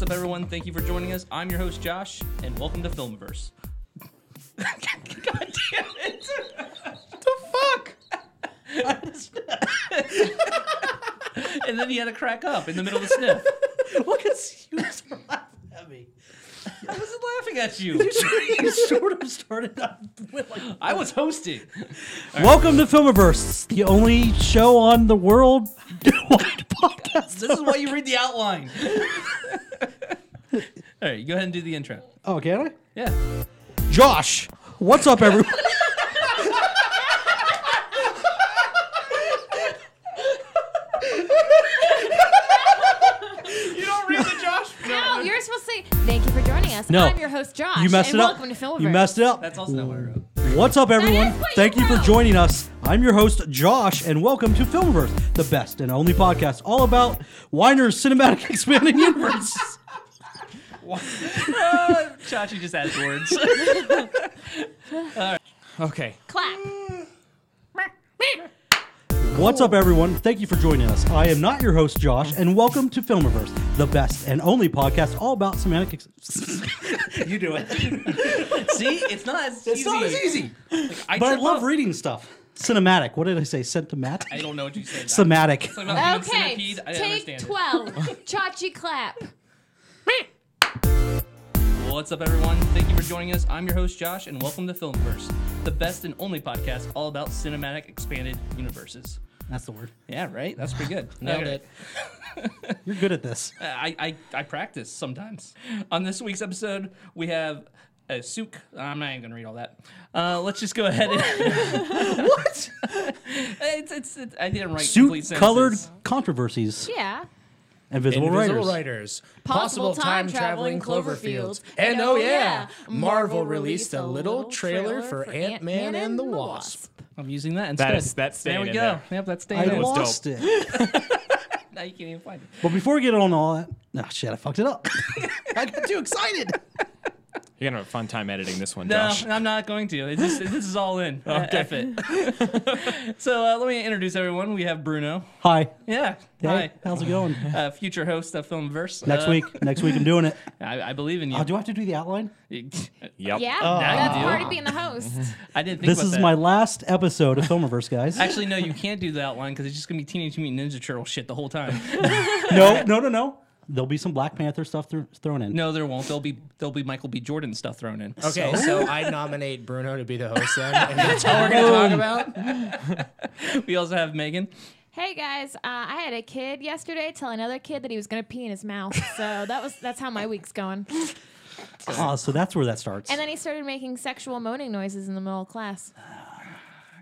up, everyone? Thank you for joining us. I'm your host, Josh, and welcome to Filmverse. God damn it! fuck? and then he had to crack up in the middle of the sniff. Look at you just laughing at me. I wasn't laughing at you. you sort of started up with like. I was hosting. Welcome to Filmiverse, the only show on the world wide podcast. This is why you read the outline. All right, you go ahead and do the intro. Oh, can I? Yeah. Josh, what's up, everyone? You don't read the Josh. No, you're supposed to say thank you for joining us. No. I'm your host Josh. you messed and it up. Welcome to Filmiverse. You messed it up. That's also not what I wrote. What's up, everyone? is what you Thank you for wrote. joining us. I'm your host, Josh, and welcome to Filmiverse, the best and only podcast all about Weiner's cinematic expanding universe. Uh, Chachi just adds words. Okay. Clap. What's up, everyone? Thank you for joining us. I am not your host, Josh, and welcome to Filmiverse, the best and only podcast all about semantic. Ex- you do it. See, it's not as easy. easy. Like, I But I trip love up. reading stuff. Cinematic. What did I say? Sentimatic? I don't know what you said. Somatic. Something about human Okay, centipede, I didn't take understand it. 12. Chachi clap. What's up, everyone? Thank you for joining us. I'm your host, Josh, and welcome to Filmverse, the best and only podcast all about cinematic expanded universes. That's the word. Yeah, right? That's pretty good. Nailed Okay. it. You're good at this. I, I, I practice sometimes. On this week's episode, we have a souk. I'm not even going to read all that. Uh, let's just go ahead and. what? it's, it's, it's, I didn't write complete Suit sentences. colored controversies. Yeah. Invisible, Invisible writers. Writers, Possible Possible time Time Traveling traveling Cloverfields, Cloverfields. and oh yeah, Marvel released a little trailer for Ant Man and the Wasp. I'm using that instead. That is- that's There staying we in go. there. Yep, that's I staying in. was lost it. Now you can't even find it. But before we get on all that, oh shit, I fucked it up. I got too excited. You're gonna have a fun time editing this one, No, I'm not going to. It's just, this is all in. Uh, F it. so uh, let me introduce everyone. We have Bruno. Hi. Yeah. Hey, Hi. how's it going? Uh, future host of Filmverse. Next Uh, week. Next week, I'm doing it. I, I believe in you. Oh, do I have to do the outline? Yep. Yeah, Oh. that's Now you part do. of being the host. I didn't think This about is that. my last episode of Filmiverse, guys. Actually, no, you can't do the outline because it's just gonna be Teenage Mutant Ninja Turtle shit the whole time. no, no, no, no. There'll be some Black Panther stuff thro- thrown in. no, there won't. There'll be there'll be Michael B. Jordan stuff thrown in. Okay, so I nominate Bruno to be the host then. And that's all we're gonna talk about. We also have Megan. Hey guys, uh, I had a kid yesterday tell another kid that he was gonna pee in his mouth. So that was that's how my week's going. Ah, so that's where that starts. And then he started making sexual moaning noises in the middle of class. I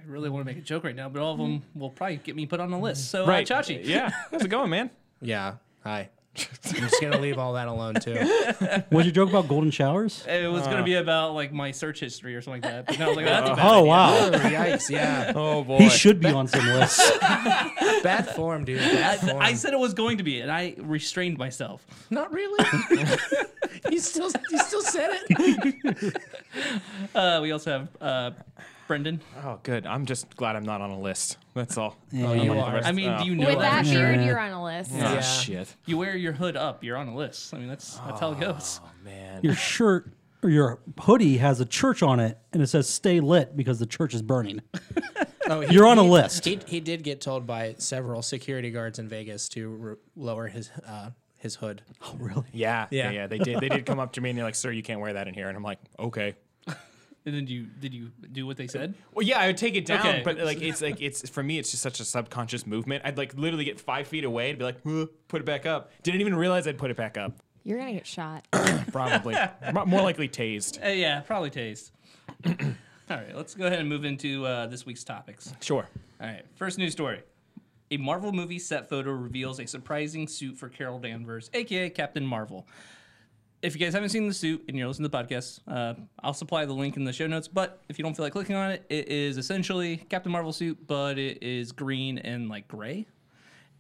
really want to make a joke right now, but all of them Mm-hmm. will probably get me put on the list. So Right. uh, Chachi. Yeah. How's it going, man? Yeah. Hi. I'm just gonna leave all that alone too. What's your joke about golden showers? It was gonna be about like my search history or something like that. But now I was like, that's a bad Oh idea. wow, Yikes! Yeah. Oh boy. he should be on some lists. Bad form, dude. Bad I, form. I said it was going to be, and I restrained myself. not really. you still, you still said it. Uh, we also have uh, Brendan. Oh, good. I'm just glad I'm not on a list. That's all. Oh, you are. I mean, do you know With that that? beard, you're on a list. Oh, Yeah. shit. You wear your hood up, you're on a list. I mean, that's that's how it goes. Man. Your shirt or your hoodie has a church on it, and it says "Stay lit" because the church is burning. Oh, he- You're on a he- list. He, he did get told by several security guards in Vegas to re- lower his uh, his hood. Oh really? Yeah, yeah. Yeah. Yeah. They did. They did come up to me and they're like, "Sir, you can't wear that in here." And I'm like, "Okay." And then you did you do what they said? Well, yeah, I would take it down, Okay. but like, it's like it's for me, it's just such a subconscious movement. I'd like literally get five feet away and be like, "Huh," "Put it back up." Didn't even realize I'd put it back up. You're gonna get shot. Probably. Mo- More likely tased. Uh, yeah, probably taste. All right, let's go ahead and move into uh, this week's topics. Sure. All right, first news story. A Marvel movie set photo reveals a surprising suit for Carol Danvers, aka Captain Marvel. If you guys haven't seen the suit and you're listening to the podcast, uh, I'll supply the link in the show notes. But if you don't feel like clicking on it, it is essentially Captain Marvel suit, but it is green and like gray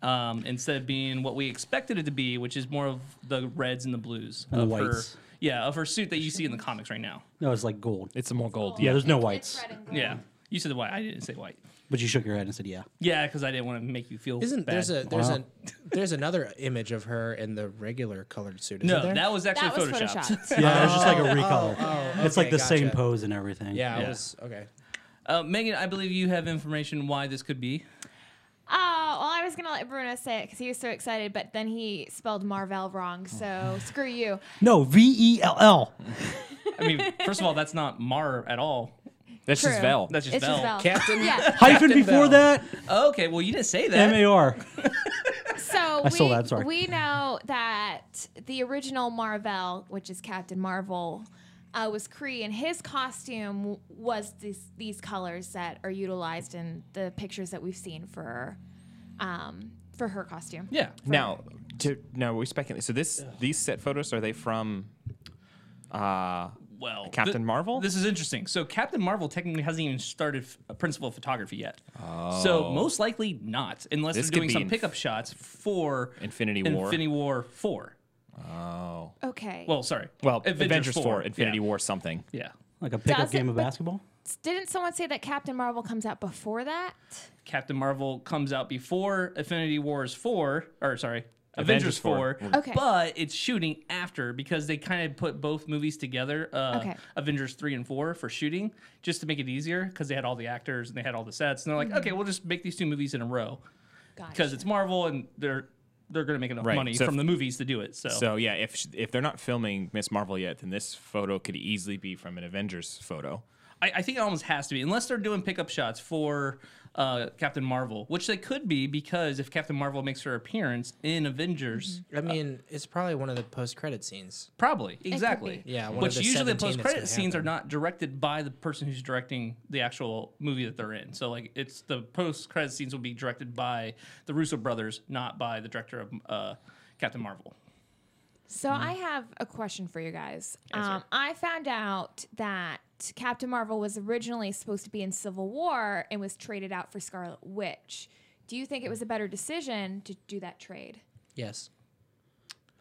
um, instead of being what we expected it to be, which is more of the reds and the blues And the of whites. her, yeah, of her suit that you see in the comics right now. No, it's like gold. It's some more gold. Yeah, Yeah. there's no whites. Oh. Yeah, you said the white. I didn't say white. But you shook your head and said, "Yeah." Yeah, because I didn't want to make you feel. Isn't bad. there's a there's Wow. a there's another image of her in the regular colored suit? Isn't no? there? That was actually That was photoshopped. photoshopped. Yeah, it was just like a recolor. oh, it's like okay, the same gotcha. pose and everything. Yeah, Yeah. I was okay. Uh, Megan, I believe you have information why this could be. Oh, well, I was going to let Bruno say it because he was so excited, but then he spelled Marvel wrong, so screw you. No, V E L L. I mean, first of all, that's not Mar at all. That's True. just Vel. That's just It's just Val. Val. Captain- Yeah. Hyphen Captain before Bell. that, okay, well you didn't say that. M A R. So we, stole that, sorry. we know that the original Marvel, which is Captain Marvel, uh, was Kree, and his costume w- was this, these colors that are utilized in the pictures that we've seen for, um, for her costume. Yeah. Now, to, now we speculate. So this these set photos are they from? Uh, well, Captain thi- Marvel? This is interesting. So Captain Marvel technically hasn't even started f- uh, principal photography yet. So most likely not, unless Oh. This they're doing could be some in- pickup shots for Infinity War. Infinity War Four. oh. Okay. Well, sorry. Well, Avengers, 4, Infinity War something. Yeah. Like a pickup Does it- game of basketball. Didn't someone say that Captain Marvel comes out before that? Captain Marvel comes out before Infinity Wars 4, or sorry, Avengers, Avengers 4. 4. Okay. But it's shooting after because they kind of put both movies together, uh, Okay. Avengers 3 and 4 for shooting, just to make it easier because they had all the actors and they had all the sets. And they're like, Mm-hmm. okay, we'll just make these two movies in a row because Gotcha. it's Marvel and they're they're going to make enough Right, money so from if- the movies to do it. So, So yeah, if sh- if they're not filming Miss Marvel yet, then this photo could easily be from an Avengers photo. I, I think it almost has to be, unless they're doing pickup shots for uh, Captain Marvel, which they could be because if Captain Marvel makes her appearance in Avengers. I mean, it's probably one of the post-credit scenes. Probably, exactly. be. Yeah, one of which the usually the 17 that's post credit gonna scenes are happen. not directed by the person who's directing the actual movie that they're in. So like, it's the post credit scenes will be directed by the Russo brothers, not by the director of uh, Captain Marvel. So Mm-hmm. I have a question for you guys. Um, I found out that Captain Marvel was originally supposed to be in Civil War and was traded out for Scarlet Witch. Do you think it was a better decision to do that trade? Yes.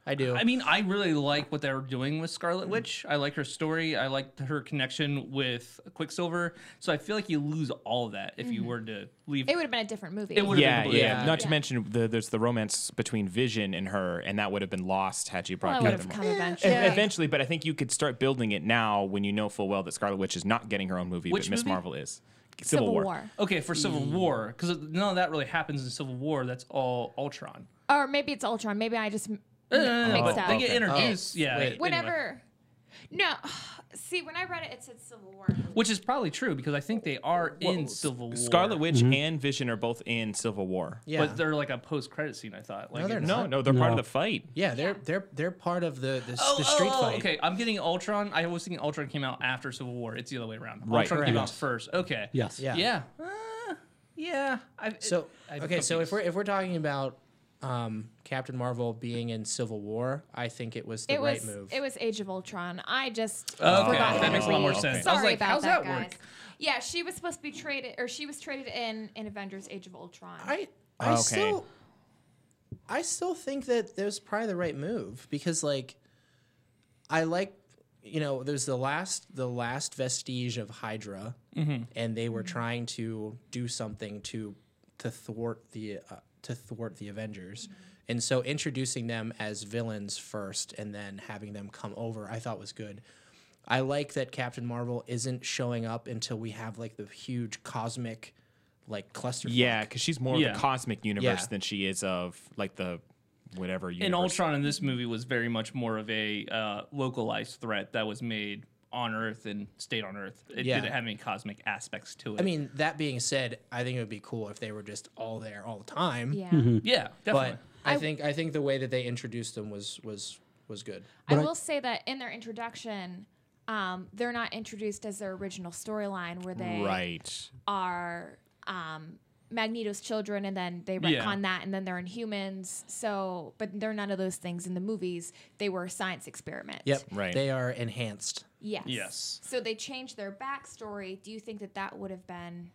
I do. I mean, I really like what they were doing with Scarlet Mm-hmm. Witch. I like her story. I like her connection with Quicksilver. So I feel like you lose all of that if you were to leave. Mm-hmm. It would have been a different movie. It would've- Yeah, been blue. yeah. Yeah. Not to Yeah. mention the, there's the romance between Vision and her, and that would have been lost had you Well, brought it would Captain have Marvel. come eventually. E- Eventually, but I think you could start building it now when you know full well that Scarlet Witch is not getting her own movie, Which but Miss movie? Marvel is. Civil War. okay, for Civil Mm. War, because none of that really happens in Civil War. That's all Ultron. Eh, Or maybe it's Ultron. Maybe I just m- mixed They up. get Okay. introduced. Yeah. Oh, Wait. anyway. Whenever. No. See, when I read it, it said Civil War. Which is probably true because I think they are in Civil War. Scarlet Witch and Vision are both in Civil War. yeah. But they're like a post credit scene, I thought. Like they're it's- No, no, they're part No. of the fight. yeah, they're they're they're part of the the, s- Oh, the street oh, oh, fight. Okay, I'm getting Ultron. I was thinking Ultron came out after Civil War. It's the other way around. Right. Ultron came out Correct. first. Okay. Yes. Yeah. Yeah. Uh, yeah. I, So I- I'm okay, so if confused. we're if we're talking about um, Captain Marvel being in Civil War, I think it was the It right was move. it was Age of Ultron. I just Okay, forgot that makes a lot more completely. sense. I Sorry was like, about how's that, that work? guys. Yeah, she was supposed to be traded, or she was traded in in Avengers: Age of Ultron. I I Okay. still I still think that that was probably the right move because like I like you know there's the last the last vestige of Hydra Mm-hmm. and they were trying to do something to to thwart the uh, to thwart the Avengers. And so introducing them as villains first and then having them come over I thought was good. I like that Captain Marvel isn't showing up until we have like the huge cosmic like cluster Yeah, because she's more Yeah. of a cosmic universe Yeah. than she is of like the whatever universe. and Ultron in this movie was very much more of a uh, localized threat that was made on Earth and stayed on Earth. It Yeah. didn't have any cosmic aspects to it. I mean, that being said, I think it would be cool if they were just all there all the time. yeah, yeah, definitely. But I think I think the way that they introduced them was was was good. I will say that in their introduction, um, they're not introduced as their original storyline, where they Right. are um, Magneto's children, and then they retcon Yeah. that, and then they're Inhumans. So, but they're none of those things in the movies. They were a science experiment. Yep. Right. They are enhanced. Yes. Yes. So they changed their backstory. Do you think that that would have been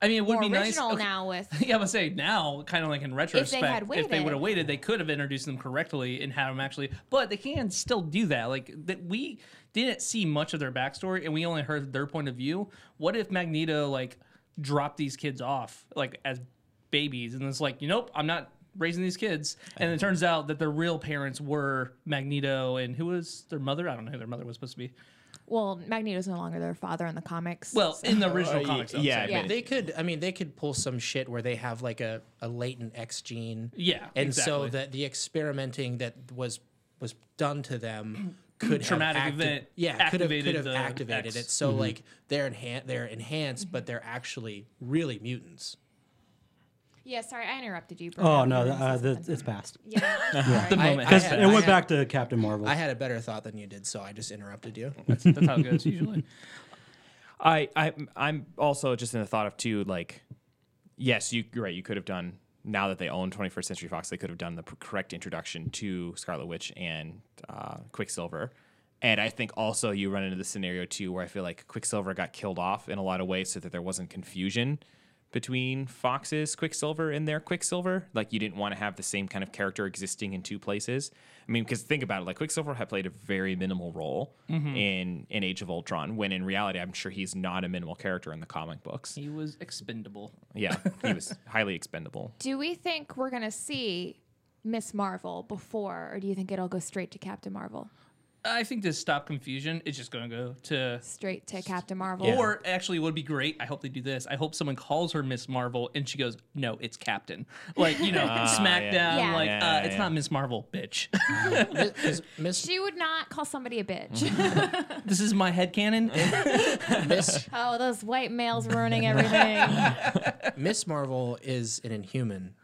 I mean, it would more be nice. original okay. now with Yeah, I would say now, kind of like in retrospect, if they waited. would have waited, they could have introduced them correctly and had them actually. But they can still do that. Like that, we didn't see much of their backstory, and we only heard their point of view. What if Magneto like drop these kids off like as babies, and it's like, you nope, I'm not raising these kids. And it turns out that their real parents were Magneto and who was their mother? I don't know who their mother was supposed to be. Well, Magneto's no longer their father in the comics. Well, in the original y- comics, though, I'm yeah, saying. I Yeah. mean, They could, I mean, they could pull some shit where they have like a, a latent X gene. Yeah, And so exactly. that the experimenting that was was done to them could Traumatic have acti- event yeah, could have, could activated have the activated X. it. So like they're enhan- they're enhanced, but they're actually really mutants. yeah. Sorry, I interrupted you. Bruno. Oh no, You th- were gonna uh, say th something. it's passed. Yeah. I'm sorry. The moment. I has had- passed. And it went had- back to Captain Marvel. I had a better thought than you did, so I just interrupted you. That's, that's how it goes usually. I, I I'm also just in the thought of too like, yes, you you're right. You could have done now that they own 21st Century Fox, they could have done the pr- correct introduction to Scarlet Witch and uh, Quicksilver. And I think also you run into the scenario too where I feel like Quicksilver got killed off in a lot of ways so that there wasn't confusion between Fox's Quicksilver and their Quicksilver. Like you didn't want to have the same kind of character existing in two places. I mean, because think about it, like Quicksilver had played a very minimal role in in Age of Ultron, when in reality, I'm sure he's not a minimal character in the comic books. He was expendable. Yeah, he was highly expendable. Do we think we're gonna see Miss Marvel before, or do you think it'll go straight to Captain Marvel? I think to stop confusion, it's just going to go to. Straight to Captain Marvel. Or actually, would be great. I hope they do this. I hope someone calls her Miss Marvel and she goes, "No, it's Captain." Like you know, SmackDown. Yeah. Like Ah, Yeah, uh, it's yeah. not Miss Marvel, bitch. 'Cause Miss she would not call somebody a bitch. Mm-hmm. this is my headcanon. Miss oh, those white males ruining everything. Miss Marvel is an Inhuman,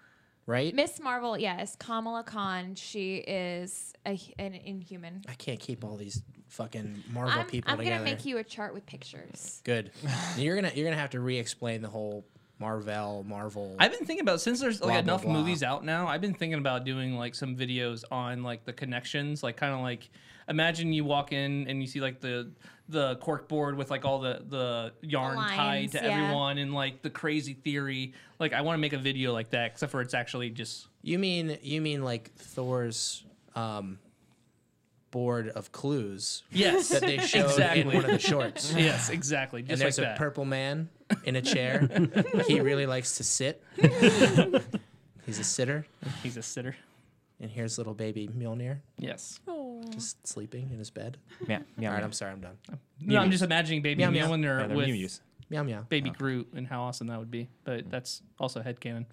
right? Miss Marvel, yes, Kamala Khan. She is a, an Inhuman. I can't keep all these fucking Marvel I'm, people I'm together. gonna make you a chart with pictures. Good. you're gonna you're gonna have to re-explain the whole Marvel Marvel. I've been thinking about since there's like Blah, blah, enough blah. movies out now. I've been thinking about doing like some videos on like the connections, like kind of like imagine you walk in and you see like the the cork board with like all the the yarn The tied lines, to yeah. everyone and like the crazy theory. Like I want to make a video like that, except for it's actually just you mean you mean like Thor's um, board of clues yes, that they showed exactly. in one of the shorts. yes, exactly. And Just like there's that. a purple man in a chair. he really likes to sit. He's a sitter. He's a sitter. And here's little baby Mjolnir Yes. Oh. Mm-hmm. just sleeping in his bed. Yeah, yeah. All right, I'm sorry, I'm done. No, I'm just imagining baby Meow, meow. Mjolnir with Meow meow. baby Groot and how awesome that would be. Mm. But that's also headcanon.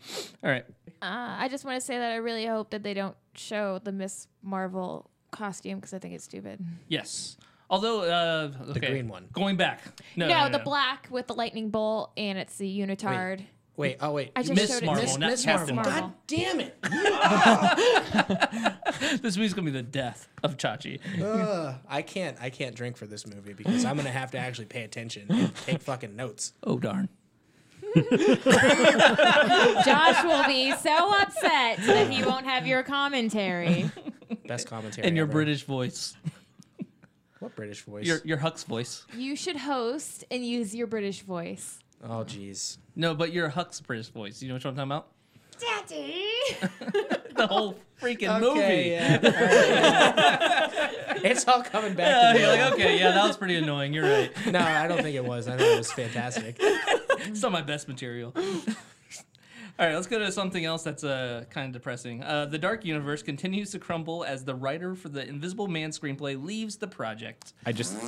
All right. Uh, I just want to say that I really hope that they don't show the Miss Marvel costume because I think it's stupid. Yes. Although uh, okay. green one. Going back. No, No, no, no, the no. black with the lightning bolt and it's the unitard. Wait, oh wait. I just Miss showed it. Marvel, to you. not Captain Marvel. God damn it. This movie's gonna be the death of Chachi. Ugh, I can't I can't drink for this movie because I'm gonna have to actually pay attention and take fucking notes. Oh darn. Josh will be so upset that he won't have your commentary. Best commentary. And your ever. British voice. What British voice? Your your Hux voice. You should host and use your British voice. oh jeez. No, but your Hux British voice. You know what I'm talking about? Daddy! The whole freaking movie. yeah. All right. it's all coming back Uh, to me. you're like, okay, yeah, that was pretty annoying. You're right. No, I don't think it was. I thought it was fantastic. It's not my best material. All right, let's go to something else that's uh, kind of depressing. Uh, the Dark Universe continues to crumble as the writer for the Invisible Man screenplay leaves the project. I just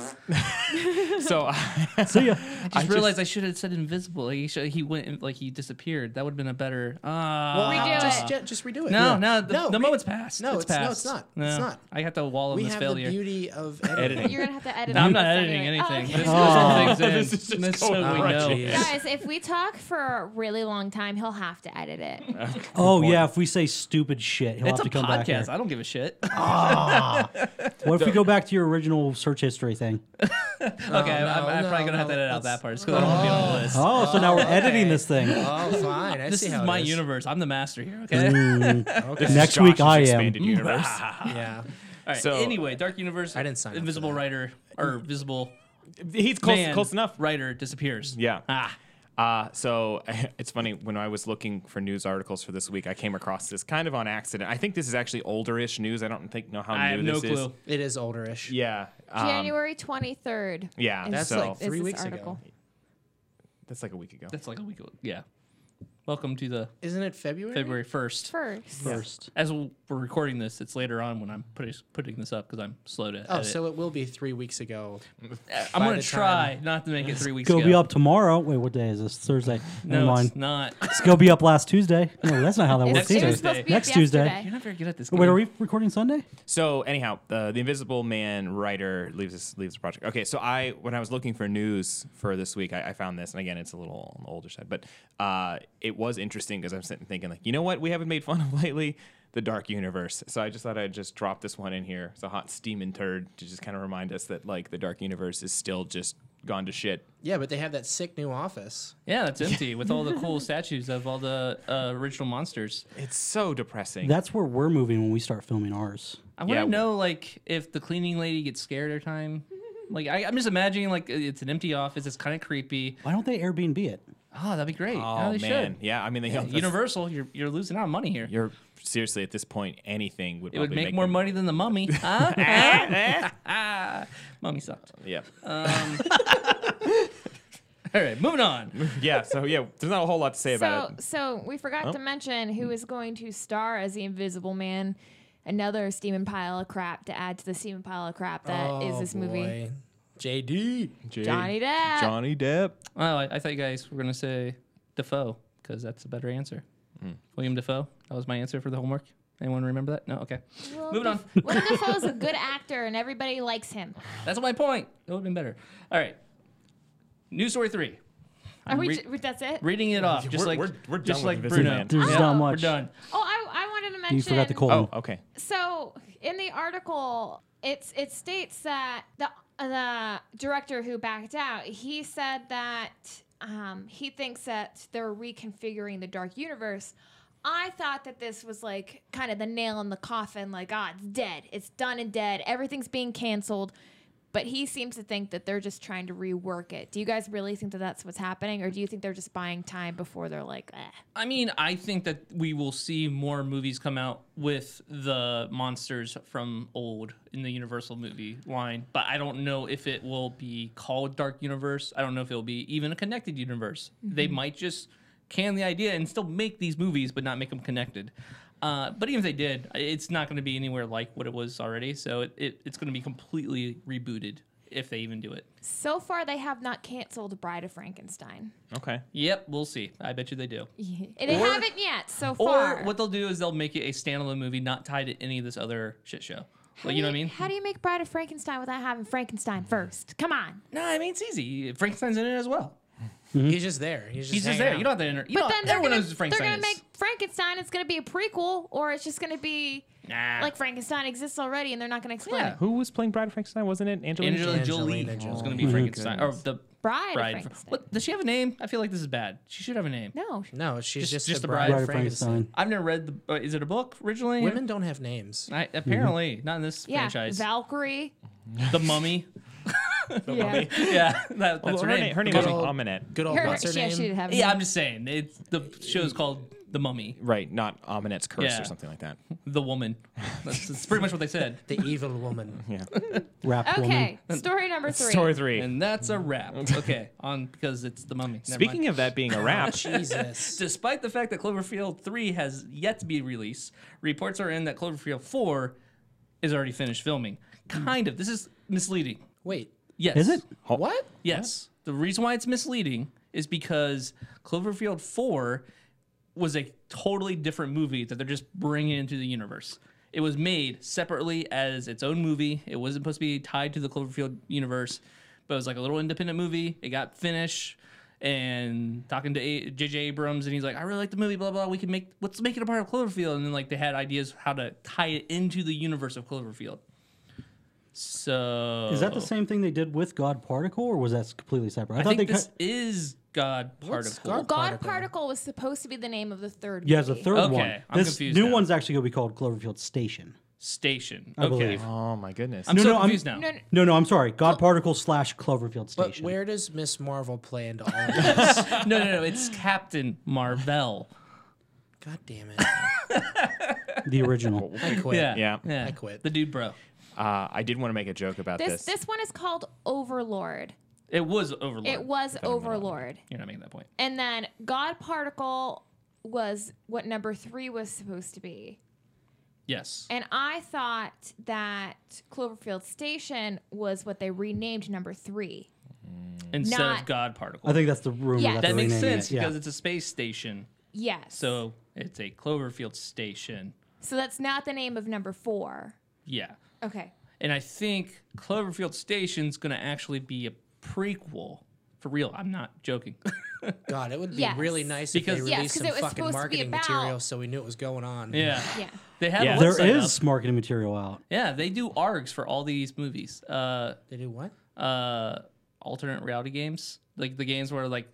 so uh, I, See ya. I just realized I should have said invisible. He, should, he went like he disappeared. That would have been a better. Ah. Redo it. Uh, just, ju- just redo it. no, Yeah. no, the, the re- moment's passed. No, it's, it's- passed. no, it's not. No, It's not. I got the wall of We this have failure. the beauty of editing. Editing. You're gonna have to edit. No, I'm all not this editing anyway. anything. Oh, okay. This is just things in. This That's is just going so we right. know. Jeez. Guys, if we talk for a really long time, he'll have to edit it. Oh yeah, if we say stupid shit, he'll It's a have to come back. Here. podcast. I don't give a shit. Oh, What if we go back to your original search history thing? okay, I'm, I'm no, probably gonna have to no, edit out that that's- part because I don't want to be on the list. Oh, so now we're editing okay. this thing. Oh, fine. I This see is how it Mm-hmm. my universe. I'm the master here. Okay. Mm. Okay. Next week Josh's I am. expanded universe. yeah. All right. So- anyway, Dark Universe. I didn't sign up for Invisible that. writer or visible He's close, man, close enough. Writer disappears. Yeah. Ah. Uh, so it's funny when I was looking for news articles for this week, I came across this kind of on accident. I think this is actually older-ish news. I don't think know how I new have no this clue. is. It is olderish. Yeah. Um, January 23rd. Yeah. is- That's so like three is this weeks ago. article. That's like a week ago. That's like a week ago. Yeah. Welcome to the Isn't it February? February 1st. First. First. As we're recording this, it's later on when I'm putting putting this up because I'm slow to. Oh, edit. so it will be three weeks ago. I'm by gonna the try not to make it three weeks. Go ago. be up tomorrow. Wait, what day is this? Thursday. Never No, mind. it's not. It's go be up last Tuesday. No, that's not how that It's- Next works it either. was supposed to be Next up Tuesday. You're yesterday. not very good at this. Wait, game. are we recording Sunday? So anyhow, uh, the Invisible Man writer leaves this leaves the project. Okay, so I when I was looking for news for this week, I, I found this, and again, it's a little on the older side, but uh, it was interesting because I'm sitting thinking like, you know what, we haven't made fun of lately, the Dark Universe. So I just thought I'd just drop this one in here. It's a hot steaming turd to just kind of remind us that like the Dark Universe is still just gone to shit. Yeah, but they have that sick new office. Yeah, it's empty with all the cool statues of all the uh, original monsters. It's so depressing. That's where we're moving when we start filming ours. I want to Yeah. know like if the cleaning lady gets scared every time. Like I, I'm just imagining like it's an empty office. It's kind of creepy. Why don't they Airbnb it? Oh, that'd be great. oh no, they man, should. yeah. I mean, they yeah, Universal, you're you're losing out on money here. You're seriously at this point, anything would it would probably make, more them- money than the mummy. Huh? Huh? Ah. mummy sucked. Yeah. All right, moving on. yeah. So yeah, there's not a whole lot to say about So, it. so we forgot to mention who is going to star as the Invisible Man. Another steaming pile of crap to add to the steaming pile of crap that Uh, is Oh, this movie. boy. JD. Johnny Depp. Johnny Depp. Oh, I, I thought you guys were gonna say Defoe because that's a better answer. Hmm. William Defoe. That was my answer for the homework. anyone remember that? No. Okay. Willem Moving on. Daf- Willem Dafoe's a good actor and everybody likes him. That's my point. It would have been better. All right. News story three. Are I'm we? re- ju- that's it. reading it off, just We're- like we're- we're just done like with Invisible Bruno. Man. There's Yeah, not We're much. done. oh, I, I wanted to mention. You forgot the Colton. Oh, okay. So in the article, it's it states that the the director who backed out, he said that um, he thinks that they're reconfiguring the dark universe. I thought that this was like kind of the nail in the coffin, like ah, it's dead, it's done and dead, everything's being canceled. But he seems to think that they're just trying to rework it. Do you guys really think that that's what's happening, or do you think they're just buying time before they're like, eh? I mean, I think that we will see more movies come out with the monsters from old in the Universal movie line, but I don't know if it will be called Dark Universe. I don't know if it'll be even a connected universe. They might just can the idea and still make these movies, but not make them connected. Uh, but even if they did, it's not going to be anywhere like what it was already. So it, it, it's going to be completely rebooted if they even do it. So far, they have not canceled Bride of Frankenstein. Okay. Yep, we'll see. I bet you they do. They haven't yet so far. Or what they'll do is they'll make it a standalone movie, not tied to any of this other shit show. Like, you know what I mean? How do you make Bride of Frankenstein without having Frankenstein first? Come on. No, I mean it's easy. Frankenstein's in it as well. He's just there. He's just, Mm-hmm. He's just hanging there. out. You don't have to enter. You know, But then they're Oh, everyone gonna, knows who they're Frankenstein is. gonna make Frankenstein. It's gonna be a prequel, or it's just gonna be Nah. like Frankenstein exists already, and they're not gonna explain Yeah. it. Who was playing Bride of Frankenstein? Wasn't it Angelina? Angelina Jolie? Jolie Angelina is Jolie. gonna be Frankenstein or the Bride of bride. Frankenstein. What, does she have a name? I feel like this is bad. She should have a name. No, No, she's Just- just, just the the bride bride, Bride of Frankenstein. I've never read the. Uh, is it a book originally? Women don't have names. I, apparently, not in this yeah, franchise. Valkyrie. the Mummy. yeah, yeah, that, that's Well, her, na- name. Her name The is Mummy. Mummy. Ominette. Good old her, what's her she, name? she did have. a Yeah, name. I'm just saying. It's the show's called The Mummy. Right, not Ominette's curse Yeah. or something like that. The woman. That's, that's pretty much what they said. the evil woman. Rap woman. okay. Story number three. Story three. And that's a wrap. Okay, on because it's the mummy. Never Speaking mind. of that being a wrap, Jesus. despite the fact that Cloverfield 3 has yet to be released, reports are in that Cloverfield 4 is already finished filming. Kind of. This is misleading. Wait. Yes. Is it? What? Yes. The reason why it's misleading is because Cloverfield 4 was a totally different movie that they're just bringing into the universe. It was made separately as its own movie. It wasn't supposed to be tied to the Cloverfield universe, but it was like a little independent movie. It got finished and talking to A- JJ Abrams and he's like, "I really like the movie, blah blah, we can make let's make it a part of Cloverfield." And then like they had ideas how to tie it into the universe of Cloverfield. So Is that the same thing they did with God Particle, or was that completely separate? I think they this cut. is God particle. What's God? God Particle. particle. was supposed to be the name of the third. Yeah, it's a movie. third Okay, one. I'm this confused new now. one's actually going to be called Cloverfield Station. Station. I okay. believe. oh my goodness. I'm No, so no, I'm- confused now. No, no, No, no, I'm sorry. God Particle slash Cloverfield But Station. where does Miss Marvel play into all of this? No, no, no. It's Captain Marvel. God damn it. The original. I quit. Yeah. Yeah. Yeah. I quit. The dude, bro. Uh, I did want to make a joke about this this. this one is called Overlord. It was Overlord. It was If I remember that one. Overlord. You're not making that point. And then God Particle was what number three was supposed to be. Yes. And I thought that Cloverfield Station was what they renamed number three. Instead not- of God Particle. I think that's the rumor. Yeah, that that they're makes renaming sense it, yeah. because it's a space station. Yes. So it's a Cloverfield station. so that's not the name of number four. Yeah. Okay. And I think Cloverfield Station's going to actually be a prequel. For real, I'm not joking. God, it would be Yes. really nice Because- if they Yes, released 'cause it was some fucking supposed to be marketing about- material so we knew it was going on. yeah. Yeah. They have Yeah. a there website is up. marketing material out. Yeah, they do ARGs for all these movies. Uh, They do what? uh, alternate reality games, like the games where like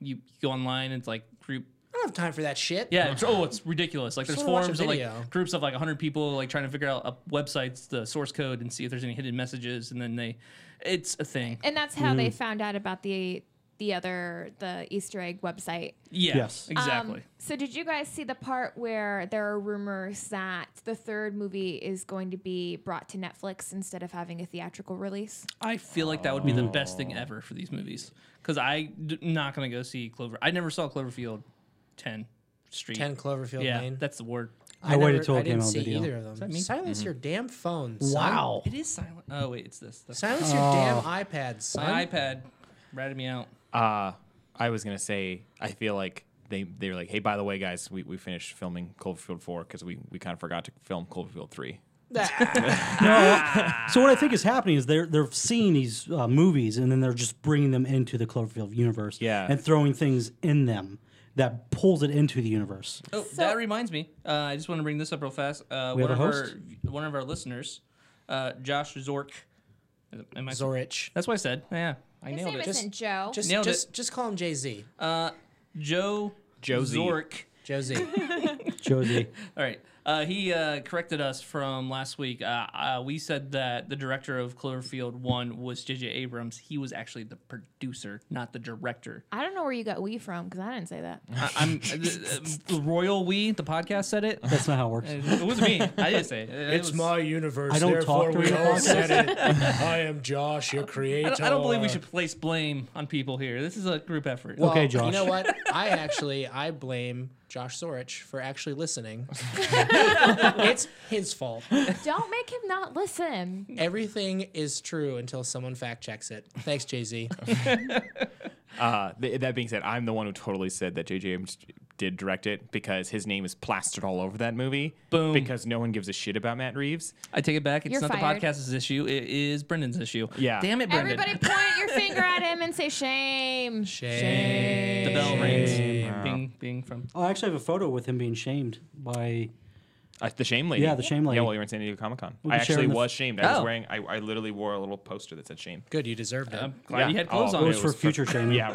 you you go online and it's like group. I don't have time for that shit. Yeah, it's, oh, it's ridiculous. Like there's Just wanna watch a forums of video. like groups of like 100 people like trying to figure out a website's the source code and see if there's any hidden messages, and then they, it's a thing. And that's how Hmm. they found out about the the other the Easter egg website. Um, Yeah, Yes. exactly. So did you guys see the part where there are rumors that the third movie is going to be brought to Netflix instead of having a theatrical release? I feel like that would be the best thing ever for these movies because I'm not gonna go see Clover. I never saw Cloverfield 10 Street. 10 Cloverfield yeah, Lane. that's the word. I, waited till I it came didn't out see video. either of them. that Mm. me? Silence your damn phones. Wow. It is silent. Oh wait, it's this. That's Silence your Oh. damn iPads. my Son. iPad ratted me out. Uh, I was gonna say I feel like they they were like, hey, by the way, guys, we, we finished filming Cloverfield four because we we kind of forgot to film Cloverfield three. So what I think is happening is they're they're seeing these uh, movies and then they're just bringing them into the Cloverfield universe. Yeah. And throwing things in them that pulls it into the universe. Oh, that reminds me. Uh, I just want to bring this up real fast. Uh, We one have a of host? our one of our listeners, uh, Josh Zork. Am I, Zorich. that's what I said. Yeah, I His nailed name it. isn't Joe. Just, Nailed just, just call him Jay Z. Joe Josie. Zork. Josie. Josie. All right. Uh, he uh, corrected us from last week. Uh, uh, we said that the director of Cloverfield 1 was J.J. Abrams. He was actually the producer, not the director. I don't know where you got we from because I didn't say that. I, I'm the, the Royal We, the podcast, said it. That's not how it works. It wasn't me. I didn't say it. It It's was- my universe. I don't talk therefore, during we the all podcast. said it. I am Josh, your creator. I don't, I don't believe we should place blame on people here. This is a group effort. Okay, You Josh. know what? I actually I blame Josh Zorich for actually listening. it's his fault. don't make him not listen. Everything is true until someone fact checks it. Thanks, Jay Z. Uh, th- that being said, I'm the one who totally said that J.J. Abrams did direct it because his name is plastered all over that movie. Boom. Because no one gives a shit about Matt Reeves. I take it back. It's You're not fired. the podcast's issue. It is Brendan's issue. Yeah. Damn it, Brendan. Everybody point your finger at him and say shame. Shame. the bell rings. Bing, bing from. Oh, I actually have a photo with him being shamed by. Uh, the shame lady. Yeah, the shame lady. Yeah, while you were in San Diego Comic Con, We I can share actually in the- was shamed. I was Oh. wearing. I, I literally wore a little poster that said shame. Good, you deserved it. I'm glad Yeah. you had clothes Oh, on. It was it for was for- future shaming. Yeah,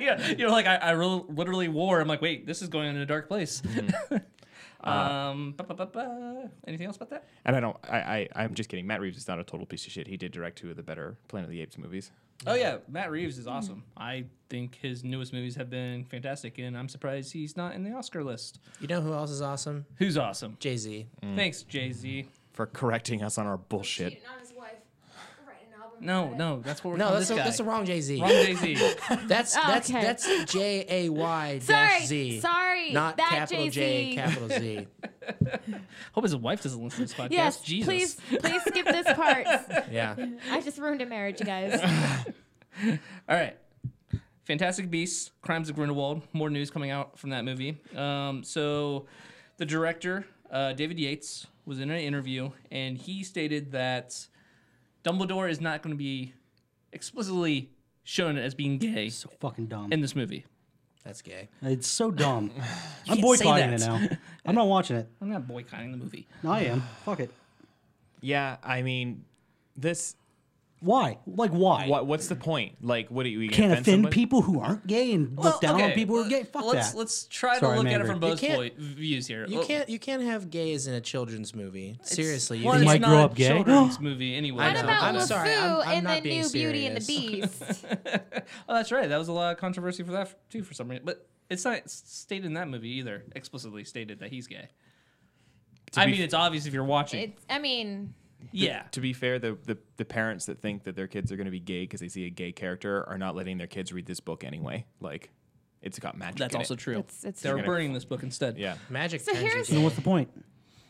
yeah, you're like I, I re- literally wore. I'm like, wait, this is going in a dark place. um, ba- ba- ba- ba. anything else about that? And I don't. I, I I'm just kidding. Matt Reeves is not a total piece of shit. He did direct two of the better Planet of the Apes movies. Oh yeah, Matt Reeves is awesome. I think his newest movies have been fantastic, and I'm surprised he's not in the Oscar list. You know who else is awesome? Who's awesome? Jay Z. Thanks, Jay Z. For correcting us on our bullshit. Cheating on his wife. Write an album No, about it. no, that's what we're No, calling that's the, this guy. that's the wrong Jay Z. wrong Jay Z. That's that's Oh, okay. that's J A Y Sorry, dash Z. sorry, Not that capital Jay-Z. J, capital Z. Hope his wife doesn't listen to this podcast. Yes, Jesus. please, please skip this part. Yeah. I just ruined a marriage, you guys. All right. Fantastic Beasts, Crimes of Grindelwald. More news coming out from that movie. Um, so, the director, uh, David Yates, was in an interview and he stated that Dumbledore is not going to be explicitly shown as being gay So fucking dumb. in this movie. That's gay. it's so dumb. I'm can't say boycotting it now. that. I'm not watching it. I'm not boycotting the movie. No, I am. Fuck it. Yeah, I mean, this. Why? Like, why? What what's the point? Like, what are you? you gonna Can't offend somebody? people who aren't gay and look down on people who are gay. Fuck let's, that. Let's try Sorry, to look I'm at it angry. from You both can't- point, views here. You Well, can't you can't have gays in a children's movie. Seriously, you Well, They it's might not grow a up gay. children's movie anyway. What know. about I'm LeFou sorry, I'm- I'm and not the being new Beauty and the Beast? Oh, that's right. That was a lot of controversy for that f- too, for some reason. But it's not s- stated in that movie either. Explicitly stated that he's gay. I be mean, f- it's obvious if you're watching. it's, I mean, yeah. To be fair, the, the, the parents that think that their kids are going to be gay because they see a gay character are not letting their kids read this book anyway. Like, it's got magic. That's in also it. true. That's- that's they were true. burning this book instead. Yeah. Magic. So turns here's- into- What's the point?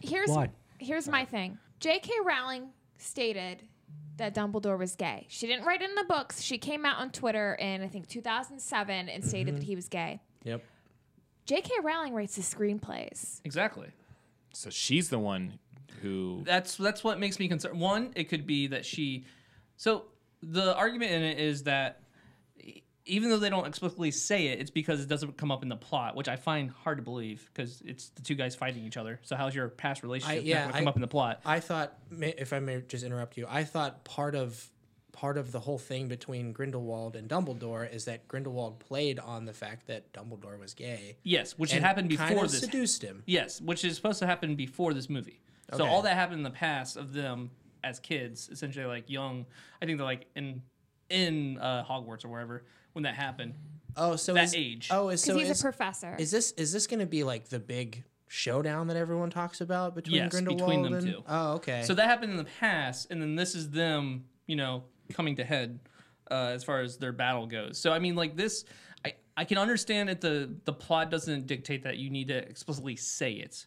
Here's Why? here's my thing. J.K. Rowling stated that Dumbledore was gay. She didn't write it in the books. She came out on Twitter in I think 2007 and stated Mm-hmm. that he was gay. Yep. J.K. Rowling writes the screenplays. Exactly. So she's the one who. That's that's what makes me concerned. One, it could be that she. So the argument in it is that e- even though they don't explicitly say it, it's because it doesn't come up in the plot, which I find hard to believe because it's the two guys fighting each other. So how's your past relationship yeah, not going to come I- up in the plot? I thought, may- if I may just interrupt you, I thought part of part of the whole thing between Grindelwald and Dumbledore is that Grindelwald played on the fact that Dumbledore was gay. Yes, which had and happened kind before of this. Seduced him. Yes, which is supposed to happen before this movie. So Okay. all that happened in the past of them as kids, essentially like young. I think they're like in in uh, Hogwarts or wherever when that happened. Oh, so That is, age. Oh, is, Because so he's is, a professor. is this is this going to be like the big showdown that everyone talks about between Yes, between Grindelwald them and? two. Oh, okay. So that happened in the past, and then this is them, you know, coming to head uh, as far as their battle goes. So I mean, like this, I I can understand that the the plot doesn't dictate that you need to explicitly say it,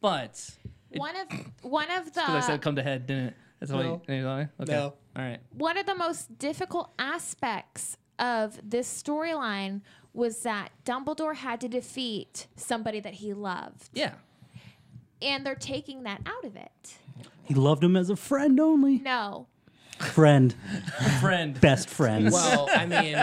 but one of one of the because I said come to head, didn't it? That's all No. you, any lie? Okay. No. All right. one of the most difficult aspects of this storyline was that Dumbledore had to defeat somebody that he loved, Yeah. and they're taking that out of it. He loved him as a friend only. No, Friend, Friend. best friends. well, I mean,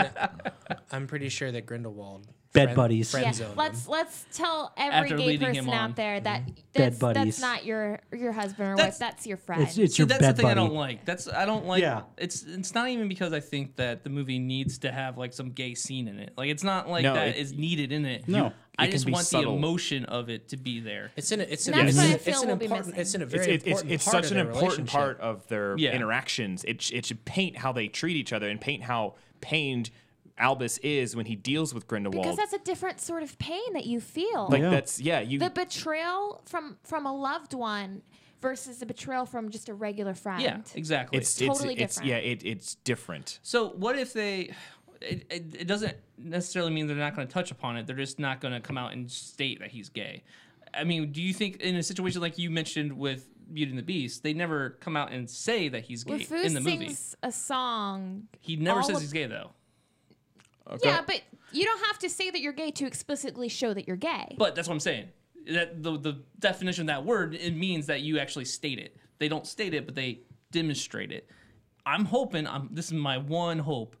I'm pretty sure that Grindelwald Bed friend- buddies. friend Yeah, zoned let's him. let's tell every After gay leading person him out on. Mm-hmm. there that that's, buddies. that's not your your husband or That's- wife. That's your friend. it's it's See, your that's the bed thing buddy. I don't like. That's I don't like. Yeah. It's it's not even because I think that the movie needs to have like some gay scene in it. Like it's not like No, that it- is needed in it. No. I It can just be want subtle. the emotion of it to be there. It's in. A, it's in. And a- that's it's what in- I it's feel an we'll be important. missing. It's in a It's, very it's, it's, important it's part such of an their important relationship. part of their Yeah. interactions. It, sh- it should paint how they treat each other and paint how pained Albus is when he deals with Grindelwald. because that's a different sort of pain that you feel. like Yeah. that's yeah you the betrayal from from a loved one versus the betrayal from just a regular friend. Yeah, exactly. it's totally it's, different. It's, yeah, it, it's different. so what if they? It, it, it doesn't necessarily mean they're not going to touch upon it. They're just not going to come out and state that he's gay. I mean, do you think in a situation like you mentioned with Beauty and the Beast, they never come out and say that he's gay LeFou in the movie? sings a song. He never all says of- he's gay though. Yeah, but you don't have to say that you're gay to explicitly show that you're gay. But that's what I'm saying. That the the definition of that word it means that you actually state it. They don't state it, but they demonstrate it. I'm hoping. I'm. This is my one hope.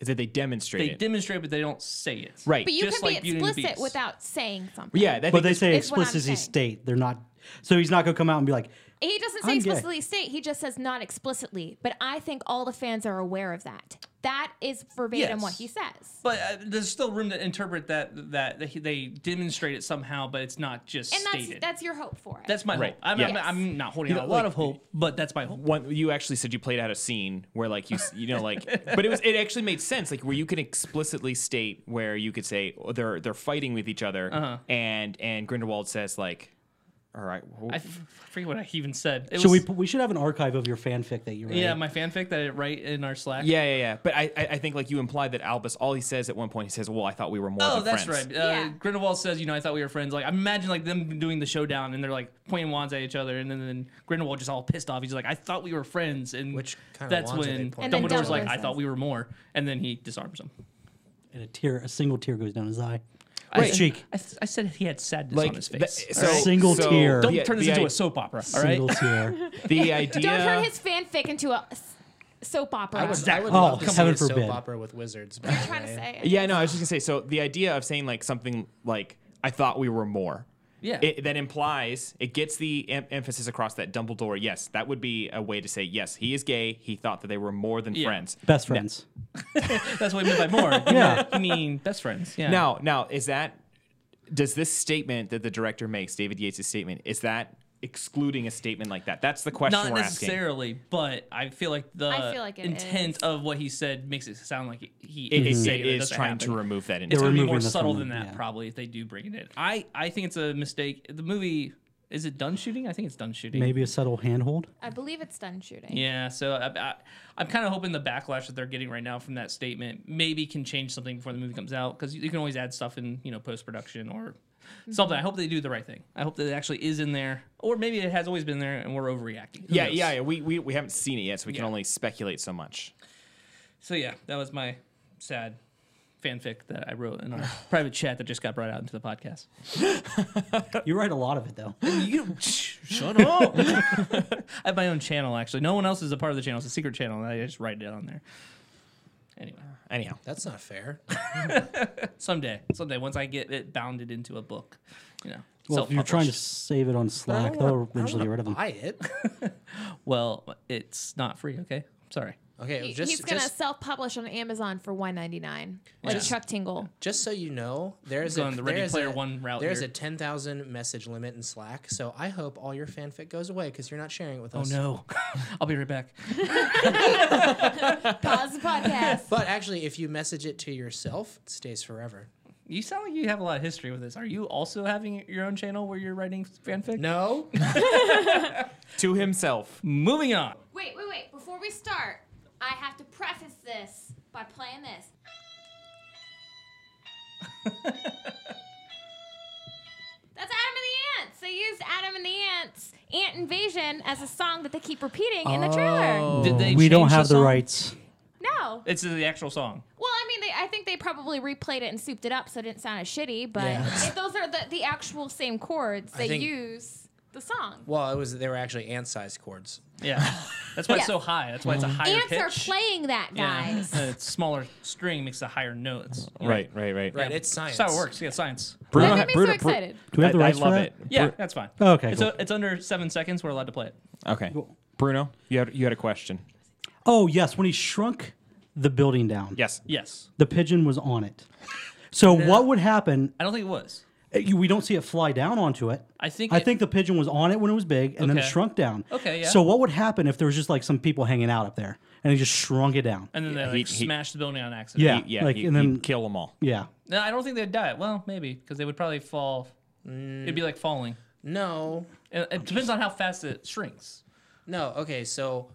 Is that they demonstrate They it demonstrate, but they don't say it. right? but you just can be like Beauty and the explicit Beast. without saying something. yeah, that but they say is what I'm explicitly saying. state. They're not. So he's not gonna come out and be like, He doesn't say I'm gay. explicitly state, he just says not explicitly. But I think all the fans are aware of that. That is verbatim Yes. what he says. But uh, there's still room to interpret that that they- they demonstrate it somehow, but it's not just And that's stated. that's your hope for it. That's my Right, hope. I'm, yeah. I'm, I'm not holding out a lot like- of hope, but that's my hope. one you actually said you played out a scene where like you s- you know like but it was it actually made sense like where you can explicitly state where you could say oh, they're they're fighting with each other Uh-huh. and and Grindelwald says like all right well, I f- forget what I even said. It "Should we? was, put- We should have an archive of your fanfic that you wrote." Yeah, my fanfic that I write in our Slack. yeah yeah yeah but I, I I think like you implied that Albus all he says at one point he says well I thought we were more Oh, than that's friends. right. Uh, Yeah. Grindelwald says, you know, I thought we were friends. Like, I imagine like them doing the showdown and they're like pointing wands at each other, and then, then Grindelwald just all pissed off. He's like, I thought we were friends, and Which kind of that's wands are they when pointing at? And then Dumbledore's like, Dumbledore I says- thought we were more, and then he disarms him. and a tear, a single tear goes down his eye. I His said- cheek. I, th- I said he had sadness like on his that- face. so, Single so tear. Don't the- turn this the into i- a soap opera, all right? Single tear. the idea Don't turn his fanfic into a s- soap opera. I would, I would Oh, love to see heaven a soap forbid. opera with wizards. By You're the trying to way. say. Yeah, no, I was just gonna say. So the idea of saying like something like "I thought we were more," Yeah. it, that implies it gets the em- emphasis across that Dumbledore. Yes, that would be a way to say yes, he is gay. He thought that they were more than Yeah. friends. Best friends. That's what I meant by more. You Yeah. mean, you mean best friends. Yeah. Now, now is that does this statement that the director makes, David Yates' statement, is that excluding a statement like that? That's the question Not we're asking. necessarily, but I feel like the I feel like it intent is. of what he said makes it sound like he It, it- is, Mm-hmm. it is trying to remove that. it's Into going to be removing more this subtle one, than that yeah. probably if they do bring it in. I I think it's a mistake. The movie Is it done shooting? I think it's done shooting. Maybe a subtle handhold. I believe it's done shooting. Yeah, so I, I, I'm kind of hoping the backlash that they're getting right now from that statement maybe can change something before the movie comes out because you, you can always add stuff in, you know, post production or something. I hope they do the right thing. I hope that it actually is in there, or maybe it has always been there and we're overreacting. Who yeah, knows? yeah, yeah. We, we we haven't seen it yet, so we can Yeah. only speculate so much. So yeah, that was my sad fanfic that I wrote in our private chat that just got brought out into the podcast. Uh, You write a lot of it though. You shut up. I have my own channel actually. No one else is a part of the channel. It's a secret channel. And I just write it on there. Anyway. Anyhow, That's not fair. Someday, someday, once I get it bounded into a book, you know. Well, if you're trying to save it on Slack, they'll eventually get rid of them. Buy it. Well, it's not free. Okay, I'm sorry. Okay, He- just he's gonna just, self-publish on Amazon for 1.99, like Yeah. Chuck Tingle. just so you know, there's Going a the Ready there's Player a, One route There's here. a ten thousand message limit in Slack, so I hope all your fanfic goes away because you're not sharing it with Oh us. no, I'll be right back. Pause the podcast. But actually, if you message it to yourself, it stays forever. You sound like you have a lot of history with this. Are you also having your own channel where you're writing fanfic? No, to himself. Mm. Moving on. Wait, wait, wait. Before we start, I have to preface this by playing this. That's Adam and the Ants. They used Adam and the Ants, Ant Invasion, as a song that they keep repeating in the trailer. Did they Oh, we don't change the have the, song? rights. No. It's the actual song. Well, I mean, they, I think they probably replayed it and souped it up so it didn't sound as shitty, but Yeah. if those are the, the actual same chords. They think- use the song. well, it was they were actually ant-sized chords. Yeah, that's why it's Yeah. so high. That's why it's a higher Ants pitch. are playing that, Yeah. guys. A smaller string makes the higher notes. You know, Right, right, right. Right, it's science. That's how it works. Yeah, science. That made me so Bru- excited. do we have the I, I rights for love that? it. Yeah, that's fine. Oh, Okay, It's, cool. it's under seven seconds. We're allowed to play it. Okay. Bruno, you had you had a question. Oh yes, when he shrunk the building down, Yes. Yes. the pigeon was on it. So what would happen? I don't think it was. eh, you- We don't see it fly down onto it. I think I it- think the pigeon was on it when it was big, and then it Okay. shrunk down. Okay, yeah. So what would happen if there was just like some people hanging out up there, and he just shrunk it down? And then they like, he- he- smashed the building on accident. Yeah. Yeah. Like, he, and then- he'd kill them all. yeah. No, I don't think they'd die. Well, maybe because they would probably fall. It'd be like falling. No, It, it depends on how fast it shrinks. no. Okay, so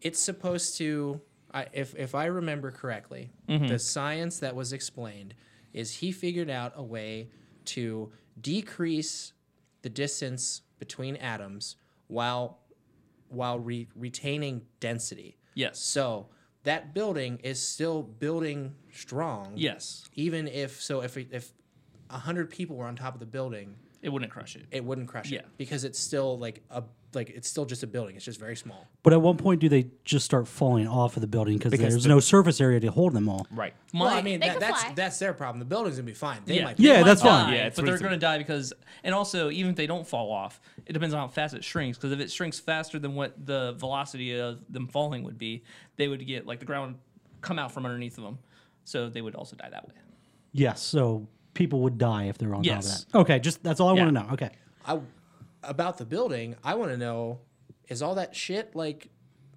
it's supposed to. I, if if I remember correctly, Mm-hmm. the science that was explained is he figured out a way to decrease the distance between atoms while while re- retaining density. Yes. So that building is still building strong. Yes, Even if so, if if a hundred people were on top of the building, it wouldn't crush it. it wouldn't crush Yeah. it because it's still like a like it's still just a building. It's just very small. But at one point, do they just start falling off of the building because Because there's the- no surface area to hold them all? Right. Well, I Like, mean they that, could that's fly. that's their problem. The building's gonna be fine. They Yeah. might be Yeah, fine. that's fine. Die, Yeah, it's but they're reasonable. going to die because, and also even if they don't fall off, it depends on how fast it shrinks. Because if it shrinks faster than what the velocity of them falling would be, they would get like the ground would come out from underneath of them, so they would also die that way. Yes. So people would die if they were on Yes. top of that. Okay. Just that's all I want Yeah. to know. Okay. I about the building. I want to know is all that shit like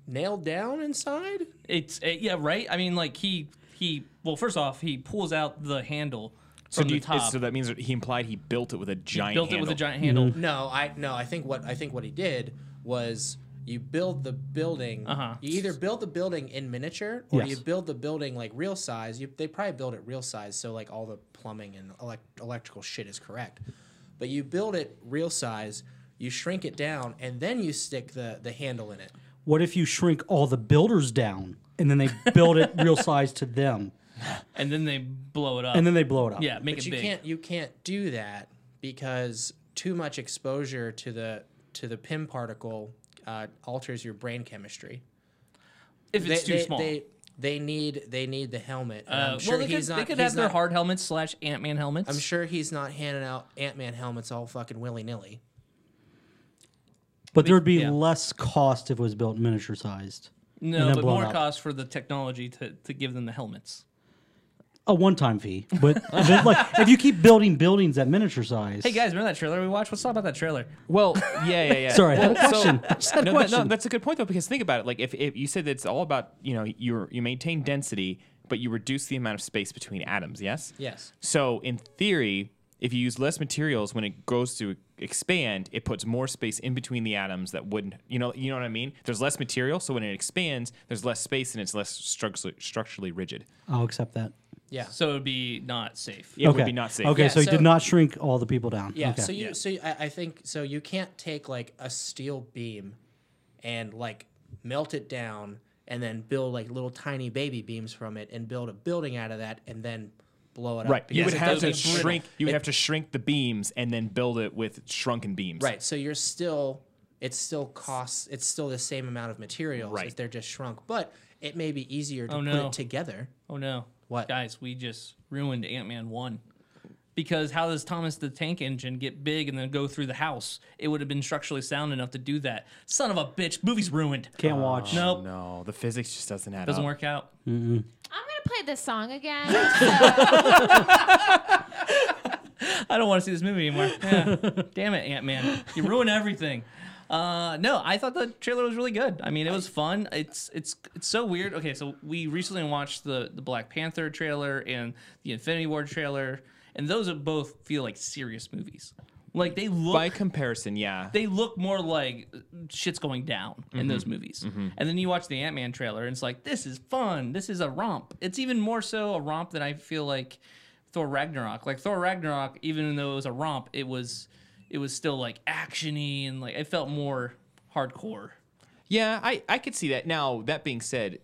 nailed down inside? It's it, yeah, right. I mean, like he he. Well, first off, he pulls out the handle So, from do the you, top. so that means that he implied he built it with a giant. built it with a handle. giant handle. No, I no. I think what I think what he did was you build the building. Uh-huh. You either build the building in miniature or Yes. you build the building like real size. You, they probably build it real size, so like all the plumbing and elec- electrical shit is correct. But you build it real size, you shrink it down, and then you stick the the handle in it. What if you shrink all the builders down and then they build it real size to them and Mm-hmm. then they blow it up. and then they blow it up? yeah, make But it you big. can't you can't do that because too much exposure to the to the pim particle uh, alters your brain chemistry. if it's they, too they- small. They, they need they need the helmet. and Uh, I'm sure well, they he's could, not. they could he's have their not- hard helmets slash Ant Man helmets. I'm sure he's not handing out Ant Man helmets all fucking willy nilly. But there would be Yeah. less cost if it was built miniature sized. and No, then but blown more up. cost for the technology to, to give them the helmets. A one time fee. But if, it- like, if you keep building buildings at miniature size. Hey guys, remember that trailer we watched? Let's talk about that trailer. Well, yeah, yeah, yeah. Sorry, I had a Well, question. I just had a no, that- no, question. that's a good point though, because think about it. Like, if, if you said that it's all about you know you you maintain density, but you reduce the amount of space between atoms. Yes. Yes. So in theory, if you use less materials when it goes to expand, it puts more space in between the atoms that wouldn't, you know, you know what I mean? There's less material, so when it expands, there's less space and it's less structurally, structurally rigid. I'll accept that. Yeah. So it'd be not safe. It would be not safe. Okay, Yeah, so, you so- did not shrink all the people down. Yeah. Okay. So you, so you, I, I think so. You can't take like a steel beam and like melt it down and then build like little tiny baby beams from it and build a building out of that and then blow it up. Right. You would because it have does to get brittle. shrink you would It- have to shrink the beams and then build it with shrunken beams. Right. So you're still it's still costs it's still the same amount of materials. Right. If they're just shrunk, but it may be easier to Oh, put no. it together. Oh no. What? Guys, we just ruined Ant Man 1. Because how does Thomas the Tank Engine get big and then go through the house? It would have been structurally sound enough to do that. Son of a bitch, movie's ruined. Can't watch. Nope. Oh, No, the physics just doesn't add Oh, Doesn't up. work out. I'm gonna play this song again. So I don't want to see this movie anymore. Yeah. Damn it, Ant Man. You ruin everything. Uh, no, I thought the trailer was really good. I mean, it was fun. It's it's it's so weird. Okay, so we recently watched the the Black Panther trailer and the Infinity War trailer, and those are both feel like serious movies. Like they look By comparison, yeah. they look more like shit's going down Mm-hmm. in those movies. And then you watch the Ant Man trailer, and it's like, this is fun. This is a romp. It's even more so a romp than I feel like Thor Ragnarok. Like Thor Ragnarok, even though it was a romp, it was it was still like actiony and like it felt more hardcore. Yeah, I, I could see that. Now, that being said,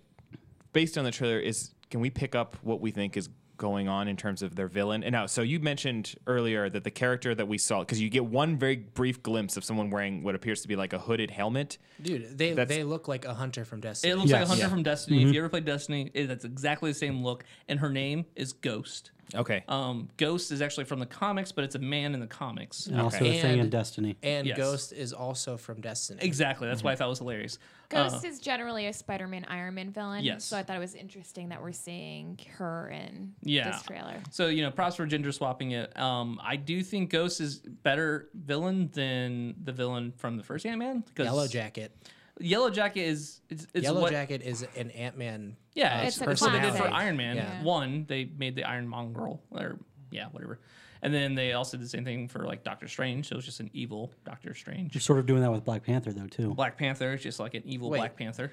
based on the trailer, is can we pick up what we think is going on in terms of their villain? And now, so you mentioned earlier that the character that we saw, because you get one very brief glimpse of someone wearing what appears to be like a hooded helmet. Dude, they That's- they look like a hunter from Destiny. It looks like a Yes. hunter Yeah. Mm-hmm. from Destiny. If you ever played Destiny, it, that's exactly the same look. And her name is Ghost. Okay. Um, Ghost is actually from the comics, but it's a man in the comics. And also a thing in And- Destiny. and Yes. Ghost is also from Destiny. Exactly. Mm-hmm. That's why I thought it was hilarious. Ghost is generally a Spider-Man, Iron Man villain. Uh-huh. Yes. So I thought it was interesting that we're seeing her in Yeah. this trailer. So you know, props for gender swapping it. Um, I do think Ghost is better villain than the villain from the first Ant Man. Yellow Jacket. Yellow Jacket is it's, it's Yellow what, Jacket is an Ant Man. Yeah, uh, it's a what they did for classic. Iron Man. Yeah. One, they made the Iron Mongrel or yeah, whatever. And then they also did the same thing for like Doctor Strange. So it was just an evil Doctor Strange. You're sort of doing that with Black Panther, though, too. Black Panther is just like an evil Wait. Black Panther.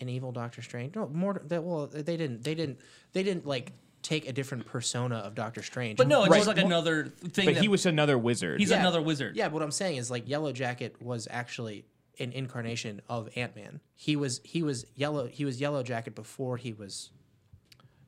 an evil Doctor Strange. No, more that well, they didn't they didn't they didn't like take a different persona of Doctor Strange. But no, it's just Right. like another thing. but that, he was another wizard. he's Yeah. another wizard. Yeah, but what I'm saying is like Yellow Jacket was actually an incarnation of Ant Man. He was he was yellow he was Yellow Jacket before he was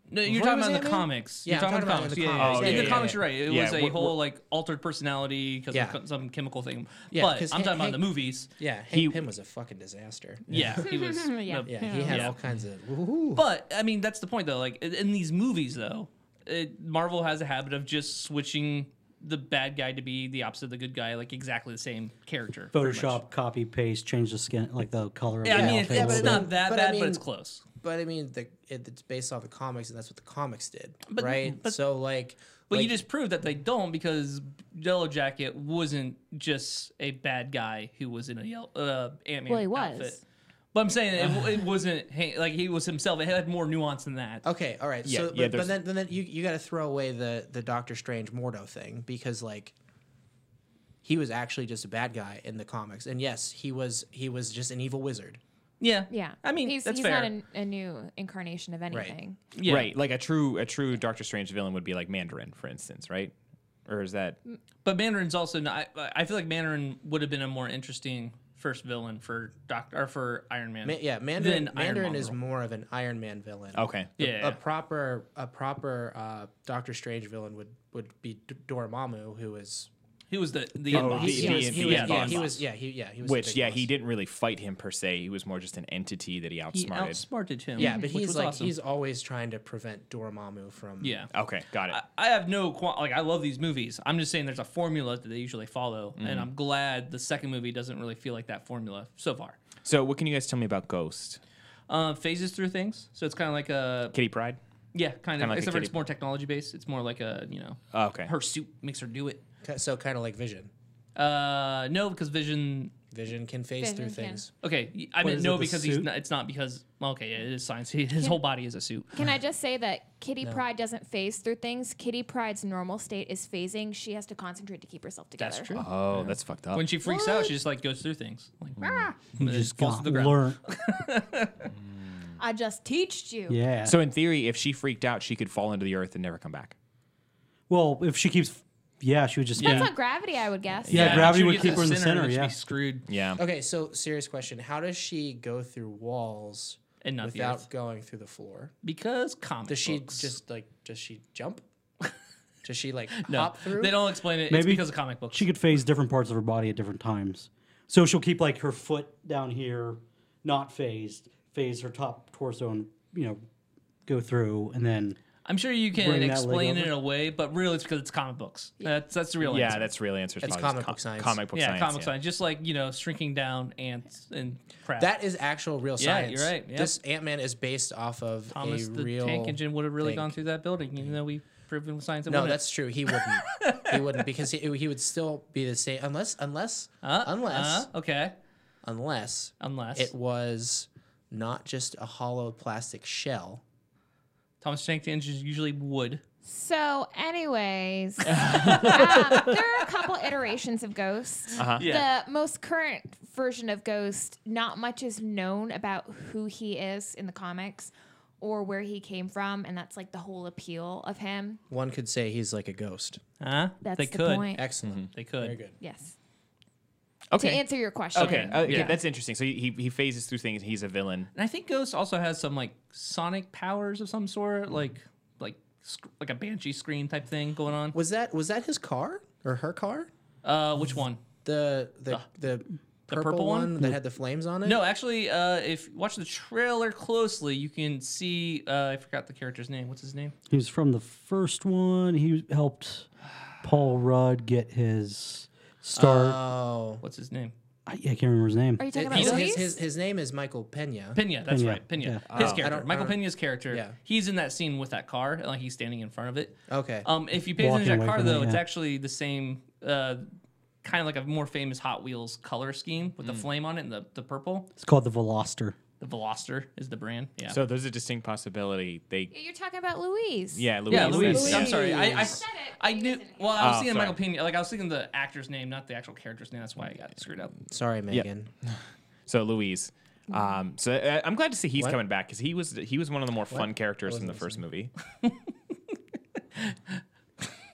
No, you're Before talking he about was in the Ant-Man? comics. Yeah, you're talking I'm about talking comics. about in the Yeah, comics. yeah, yeah. Yeah, in the yeah, comics, yeah. you're right. It Yeah, was a we're- whole like altered personality because Yeah. of some chemical thing. Yeah, but 'cause I'm talking about Hank- the movies. yeah. Hank He- Pym was a fucking disaster. Yeah, he was. Yeah. the- Yeah, he had Yeah. all kinds of. Woo-hoo. But I mean, that's the point though. Like in- in these movies, though, it, Marvel has a habit of just switching the bad guy to be the opposite of the good guy, like exactly the same character. pretty much. Photoshop, copy, paste, change the skin, like the color of Yeah, the I mean, outfit it- a it's little not bit. that But I bad, but it's mean- close. But I mean, the, it, it's based off the comics, and that's what the comics did, But- right? but- so like, But like, you just proved that they don't because Yellow Jacket wasn't just a bad guy who was in a yellow, uh, Ant-Man Well, he was. outfit. But I'm saying it, w- it wasn't hey, like he was himself. It had more nuance than that. Okay, all right. Yeah, so, yeah, but, there's- but then, then, then you, you got to throw away the the Doctor Strange Mordo thing because like he was actually just a bad guy in the comics, and yes, he was he was just an evil wizard. Yeah, Yeah. I mean, he's, that's he's fair. not a, a new incarnation of anything. yeah. Right. Like a true a true Doctor Strange villain would be like Mandarin, for instance, right? Or is that But Mandarin's also. Not, I, I feel like Mandarin would have been a more interesting first villain for Doctor or for Iron Man. Ma- uh, yeah, Mandarin Then Iron Mandarin is Mongrel. more of an Iron Man villain. okay? A- Yeah. a proper a proper uh, Doctor Strange villain would would be D- Dormammu, who is He was the the end Oh, boss. he- he the- was the he was end yeah boss. he was yeah he yeah he was the Which big yeah, boss. he didn't really fight him per se. He was more just an entity that he He outsmarted. outsmarted him. yeah, but which he's was like awesome. he's always trying to prevent Dormammu from yeah. okay, got it. I, I have no qual- like I love these movies. I'm just saying there's a formula that they usually follow, Mm-hmm. and I'm glad the second movie doesn't really feel like that formula so far. so what can you guys tell me about Ghost? Uh, phases through things, so it's kind of like a Kitty Pride? yeah, kind Kinda of like a except for kitty- it's more technology based. It's more like a you know Oh, okay. her suit makes her do it. so kind of like Vision. Uh, no, because Vision Vision can phase Vision through can. things. Okay, y- I What mean is it, no the because he's suit? not, it's not because well, okay yeah, it is science. He, his whole body is a suit. Can I just say that Kitty Pride doesn't phase through things? Kitty Pride's normal state is phasing. She has to concentrate to keep herself together. That's true. Oh, that's fucked up. When she freaks out, she just like goes through things. Like Ah, "Rah," and You it just falls got to the ground. learned. I just teached you. Yeah. so in theory, if she freaked out, she could fall into the earth and never come back. well, if she keeps, yeah, she would just. That's Yeah. not gravity, I would guess. Yeah, gravity she would get to keep her in the center, and she'd yeah. be screwed. Yeah. Okay, so serious question: How does she go through walls And not the without earth. going through the floor? Because comic Does she books. just like? Does she jump? does she like no, hop through? They don't explain it. it's Maybe because of comic books. She could phase different parts of her body at different times. So she'll keep like her foot down here, not phased, phase her top torso and, you know, go through and then. I'm sure you can Bring that leg explain it over. in a way, but really it's because it's comic books. That's that's the real Yeah, answer. that's really answers. It's probably just comic book science. Comic book yeah, science. comic yeah. science. Just like you know, shrinking down ants and crap. That is actual real Yeah, science. you're right, yeah. This Ant Man is based off of Thomas a the real tank engine would have really thing. gone through that building, even though we proved with science. it No, wouldn't. that's true. He wouldn't. he wouldn't because he, he would still be the same unless unless Uh, unless uh, okay. unless Unless it was not just a hollow plastic shell. Thomas the Tank Engine is usually wood. So, anyways, um, There are a couple iterations of Ghost. Uh-huh. Yeah. The most current version of Ghost, not much is known about who he is in the comics or where he came from, and that's like the whole appeal of him. One could say he's like a ghost. Huh? That's they the could. point. Excellent. They could. Very good. Yes. Okay. To answer your question. Okay. uh, okay, Yeah. That's interesting. So he, he phases through things. He's a villain. And I think Ghost also has some like sonic powers of some sort, like like sc- like a banshee screen type thing going on. Was that was that his car or her car? Uh, which one? The the the, purple, purple one, one? that had the flames on it. No, actually, uh, if you watch the trailer closely, you can see. Uh, I forgot the character's name. What's his name? He was from the first one. He helped Paul Rudd get his start. Oh. What's his name? I, I can't remember his name. Uh, Are you talking about His, Luis? his, his, his name is Michael Pena. Pena. That's Pena, right. Pena. yeah. His Oh. I character. don't- Michael I don't- Pena's character. Yeah. He's in that scene with that car, and like he's standing in front of it. Okay. Um, if you pay attention Walking to that away car, from though, it, it's yeah. actually the same, uh, kind of like a more famous Hot Wheels color scheme with the flame on it and the, the purple. It's called the Veloster. The Veloster is the brand. Yeah. So there's a distinct possibility. They. yeah, you're talking about Louise. Yeah, Louise. yeah, that's- Luis. Luis. yeah. I'm sorry. I, I, Luis. I knew. Well, I was Oh, thinking sorry. Michael Pena. Like I was thinking the actor's name, not the actual character's name. That's why I got screwed up. Sorry, Megan. So Louise. Um, so uh, I'm glad to see he's What? coming back because he was he was one of the more fun characters from the first movie.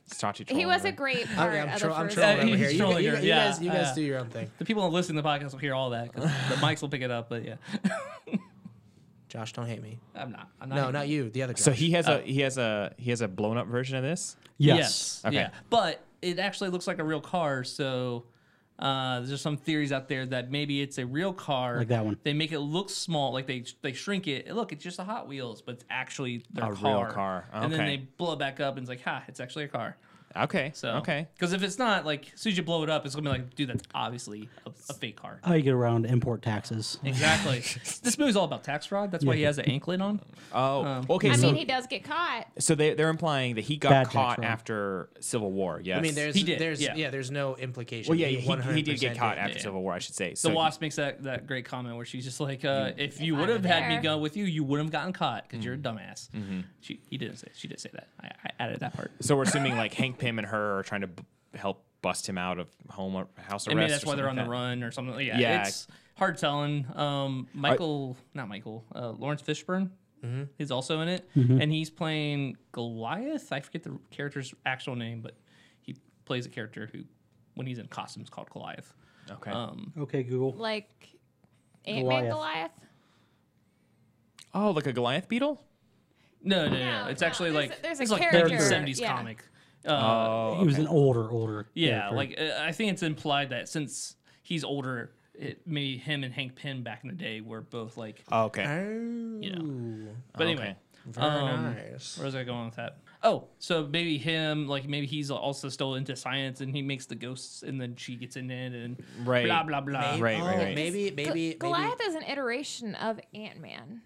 It's Chachi He trolling was a her. great I'm, part I'm, of tro- the I'm first. trolling Uh, over he's here. You, trolling you, her, you yeah, guys, you guys uh, do your own thing. The people that listen to the podcast will hear all that 'cause the mics will pick it up. But yeah, Josh, don't hate me. I'm not. I'm not. No, even- not you. The other. Josh. So he has Oh. a he has a he has a blown up version of this. Yes. Okay. Yeah. But it actually looks like a real car. So uh, there's some theories out there that maybe it's a real car. Like that one. They make it look small. Like they they shrink it. And Look, it's just a Hot Wheels, but it's actually their A real car. car. And then they Okay. blow it back up and it's like, ha, it's actually a car. Okay. So okay. Because if it's not, like, as soon as you blow it up, it's gonna be like, dude, that's obviously a, a fake car. How you get around import taxes? Exactly. this movie's all about tax fraud. That's why he has an anklet on. Oh. um, okay. I so mean, he does get caught. so they they're implying that he got Bad tax caught fraud. after Civil War. Yes. I mean, there's, He did, there's, yeah. yeah. there's no implication. Well, yeah, he, he, 100% did get caught did. after yeah. Civil War, I should say. The So Wasp makes that, that great comment where she's just like, uh, if you I would have were had me there. go with you, you wouldn't have gotten caught because you're a Mm-hmm. dumbass. She, he didn't say. She did say that. I, I added that part. So we're assuming like Hank Pym and her are trying to b- help bust him out of home or house arrest. And maybe that's or why they're on something the like run or something. Yeah, Yeah. it's hard telling. Um, Michael, not Michael, uh, Lawrence Fishburne Mm-hmm. is also in it, and he's playing Goliath. I forget the character's actual name, but he plays a character who, when he's in costumes, called Goliath. that. Okay. Um, Okay, Google. Like Ant Man Goliath. Goliath. oh, like a Goliath beetle. no, no, no, No, It's no, actually there's like a- there's a it's like character, 1970s yeah. comic. Uh, Oh, He was okay. an older, older. Yeah, character. like uh, I think it's implied that since he's older, it maybe him and Hank Pym back in the day were both like, Oh, okay. Oh, you know. But anyway, very um, nice. where was I going with that? Oh, so maybe him, like maybe he's also still into science, and he makes the ghosts, and then she gets in it, and Right. blah blah blah. Maybe. Right, oh, right, right. Maybe, Go- maybe, maybe. Goliath is an iteration of Ant Man.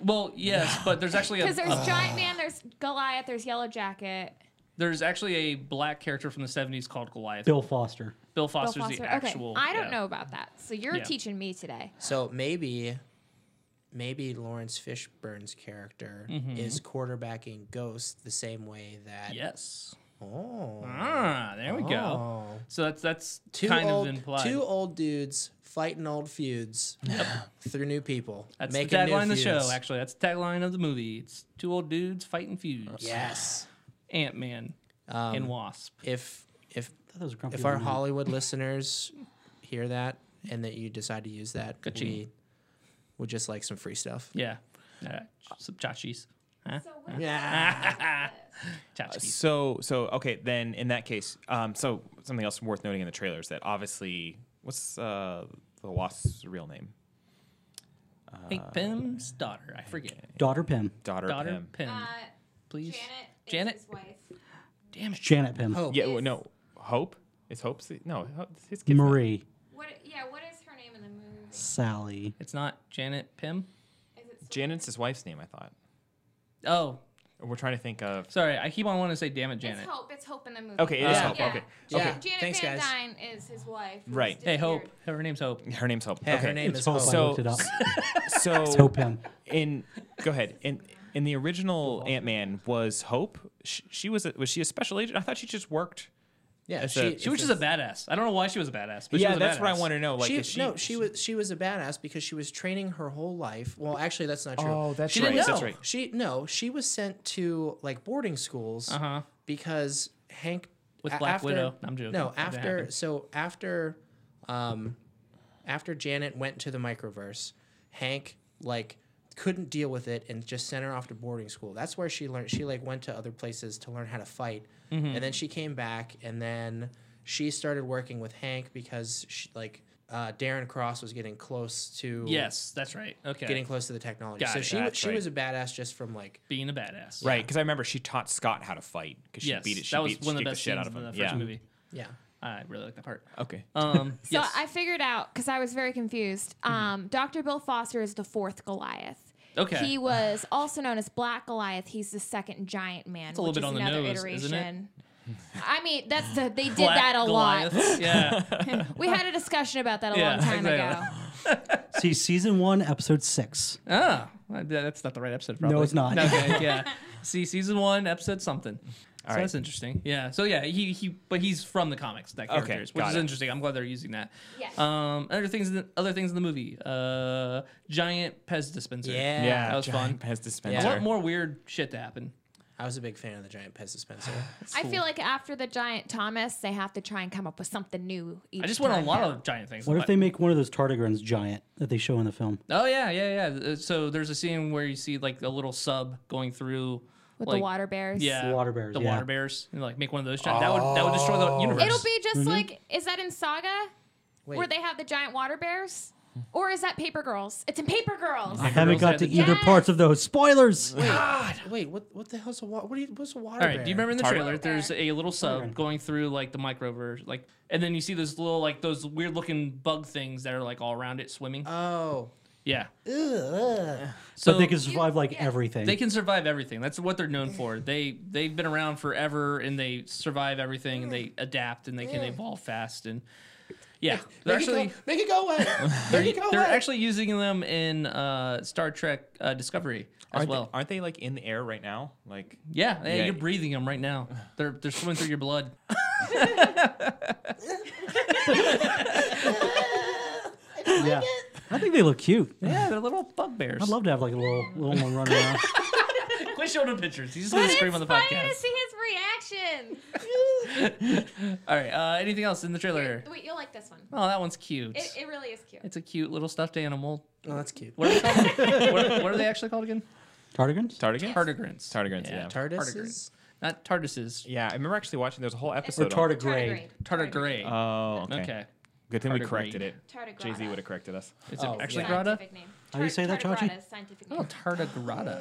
Well, yes, but there's actually a, Because there's a- Giant Man, there's Goliath, there's Yellow Jacket. There's actually a black character from the 70s called Goliath. Bill, Bill Foster. Foster's the actual. okay. I don't yeah. know about that. So you're Yeah. teaching me today. So maybe, maybe Lawrence Fishburne's character Mm-hmm. is quarterbacking Ghost the same way that. Yes. Oh. Ah, there we go. Oh. So that's that's Two kind old, of implied. Two old dudes fighting old feuds through new people. that's the making new tagline of the show, feuds. actually. That's the tagline of the movie. It's two old dudes fighting feuds. Yes. Ant Man Um, and Wasp. If if That was a grumpy if our old man. Hollywood listeners hear that and that you decide to use that, Ka-ching. we would just like some free stuff. Yeah. Uh, some chachis. Huh? Yeah. Tchotchkes. So so okay, then in that case, um, so something else worth noting in the trailer is that obviously, what's uh, the wasp's real name? Uh, Hank Pym's daughter. I forget. daughter Pym, Daughter, Daughter Pym. Pym. Please. Janet? Uh, Janet. is his wife. Damn it. Janet Pym, Hope. Yeah, well, no, Hope. It's Hope's no. Ho- His kid's not- Marie, What? Yeah. What is her name in the movie? Is Sally. It's not Janet Pym. it Janet's his wife's name. I thought. Oh, We're trying to think of. sorry. I keep on wanting to say, damn it, Janet. It's Hope. It's Hope in the movie. Okay, it is Uh, Hope. yeah. Okay, Yeah. okay. Janet Thanks, Van guys. Dyne is his wife. who's Right. Hey, Hope. disappeared. Her name's Hope. Her name's Hope. Yeah, okay. Her name It's is Hope. Hope. Oh, I So- looked it up. It's So Hope Pym. in go ahead in in the original Ant Man was Hope. She, she was a, was she a special agent? I thought she just worked. yeah. It's She, a- She was just a badass. I don't know why she was a badass, but she was a that's badass. what I want to know. Like, she, is she, no, she was she was a badass because she was training her whole life. Well, actually, that's not true. Oh, that's She right. didn't That's know. right. She no, she was sent to like boarding schools Uh-huh. because Hank With a- Black after- Widow. I'm joking. No, That didn't after happen. so after um after Janet went to the microverse, Hank like couldn't deal with it and just sent her off to boarding school. That's where she learned she like went to other places to learn how to fight. Mm-hmm. And then she came back and then she started working with Hank because she, like uh, Darren Cross was getting close to Yes, that's right. Okay. getting close to the technology. Got so it. she wa- That's she right. was a badass just from like Being a badass. Right, because I remember she taught Scott how to fight because she Yes. beat it. She that was beat, one she of beat the best shit out scenes of in him. the first yeah. movie. yeah. I really like that part. Okay. Um, So yes. Mm-hmm. I figured out because I was very confused. Um, Dr. Bill Foster is the fourth Goliath. Okay. He was also known as Black Goliath. He's the second giant man. a little which bit is on the another nose, iteration. isn't it? I mean, that's the they did Black that a Goliath. Yeah. lot. We had a discussion about that a Yeah, long time exactly. ago. See season one, episode six. Ah, that- that's not the right episode. Probably. it's not. Okay, yeah. See, season one, episode something. so right. that's interesting. Yeah. So yeah, he he, but he's from the comics. That character Okay, is, which got is it. interesting. I'm glad they're using that. Yes. Um, other things, in the, other things in the movie. Uh, giant Pez dispenser. Yeah. Yeah, That was giant fun. Pez dispenser. I want more weird shit to happen. I was a big fan of the giant Pez dispenser. I feel like after the giant Thomas, they have to try and come up with something new. Each I just want a time lot now. of giant things. What if they make one of those tardigrades giant that they show in the film? Oh yeah, yeah, yeah. Uh, So there's a scene where you see like a little sub going through with like- the water bears. Yeah, The water bears, The yeah. Oh. water bears. And, like make one of those. Giant, That would that would destroy the universe. It'll be just like is that in Saga where Wait. they have the giant water bears? Or is that Paper Girls? It's in Paper Girls. I haven't girls got had to the- either Yes! parts of those. Spoilers. Wait, what what the hell's a water? What do you, what's a water? All right. Do you remember in the Tar- trailer? There's a little sub going through like the microverse, like, and then you see those little like those weird looking bug things that are like all around it swimming. Oh, yeah. Ugh. So but Uh, they can survive like everything. they can survive everything. That's what they're known for. They they've been around forever and they survive everything and they adapt and they can evolve fast and yeah. They're Mm. make it actually go, make it go away. make it go they're away. actually using them in uh, Star Trek uh, Discovery as Aren't, well. they, aren't they like in the air right now? Like Yeah, yeah, Yeah. you're breathing them right now. They're they're swimming through your blood. yeah. I think they look cute. Yeah, they're little bugbears. I'd love to have like a little little one running around. Quit showing them pictures. He's just gonna It's scream on the funny podcast. to see his reaction. All right. Uh, anything else in the trailer? Wait, you'll like this one. Oh, that one's cute. It, it really is cute. it's a cute little stuffed animal. oh, that's cute. What are they called? what, what are they actually called again? Tardigrades? Tardigan? Tardigrades. Tardigrades, yeah. Tardis. Not Tardises. yeah, I remember actually watching. There's a whole Or episode. on- tardigrade. Tardigrade. Oh, okay. okay. Good thing we Tardigrade. Ah. corrected it. Tardigrade. Jay Z would have corrected us. Is it Oh, actually yeah. grata? Scientific name. How do you say that, Tardigrada Chachi? is Scientific Oh, name. tardigrada.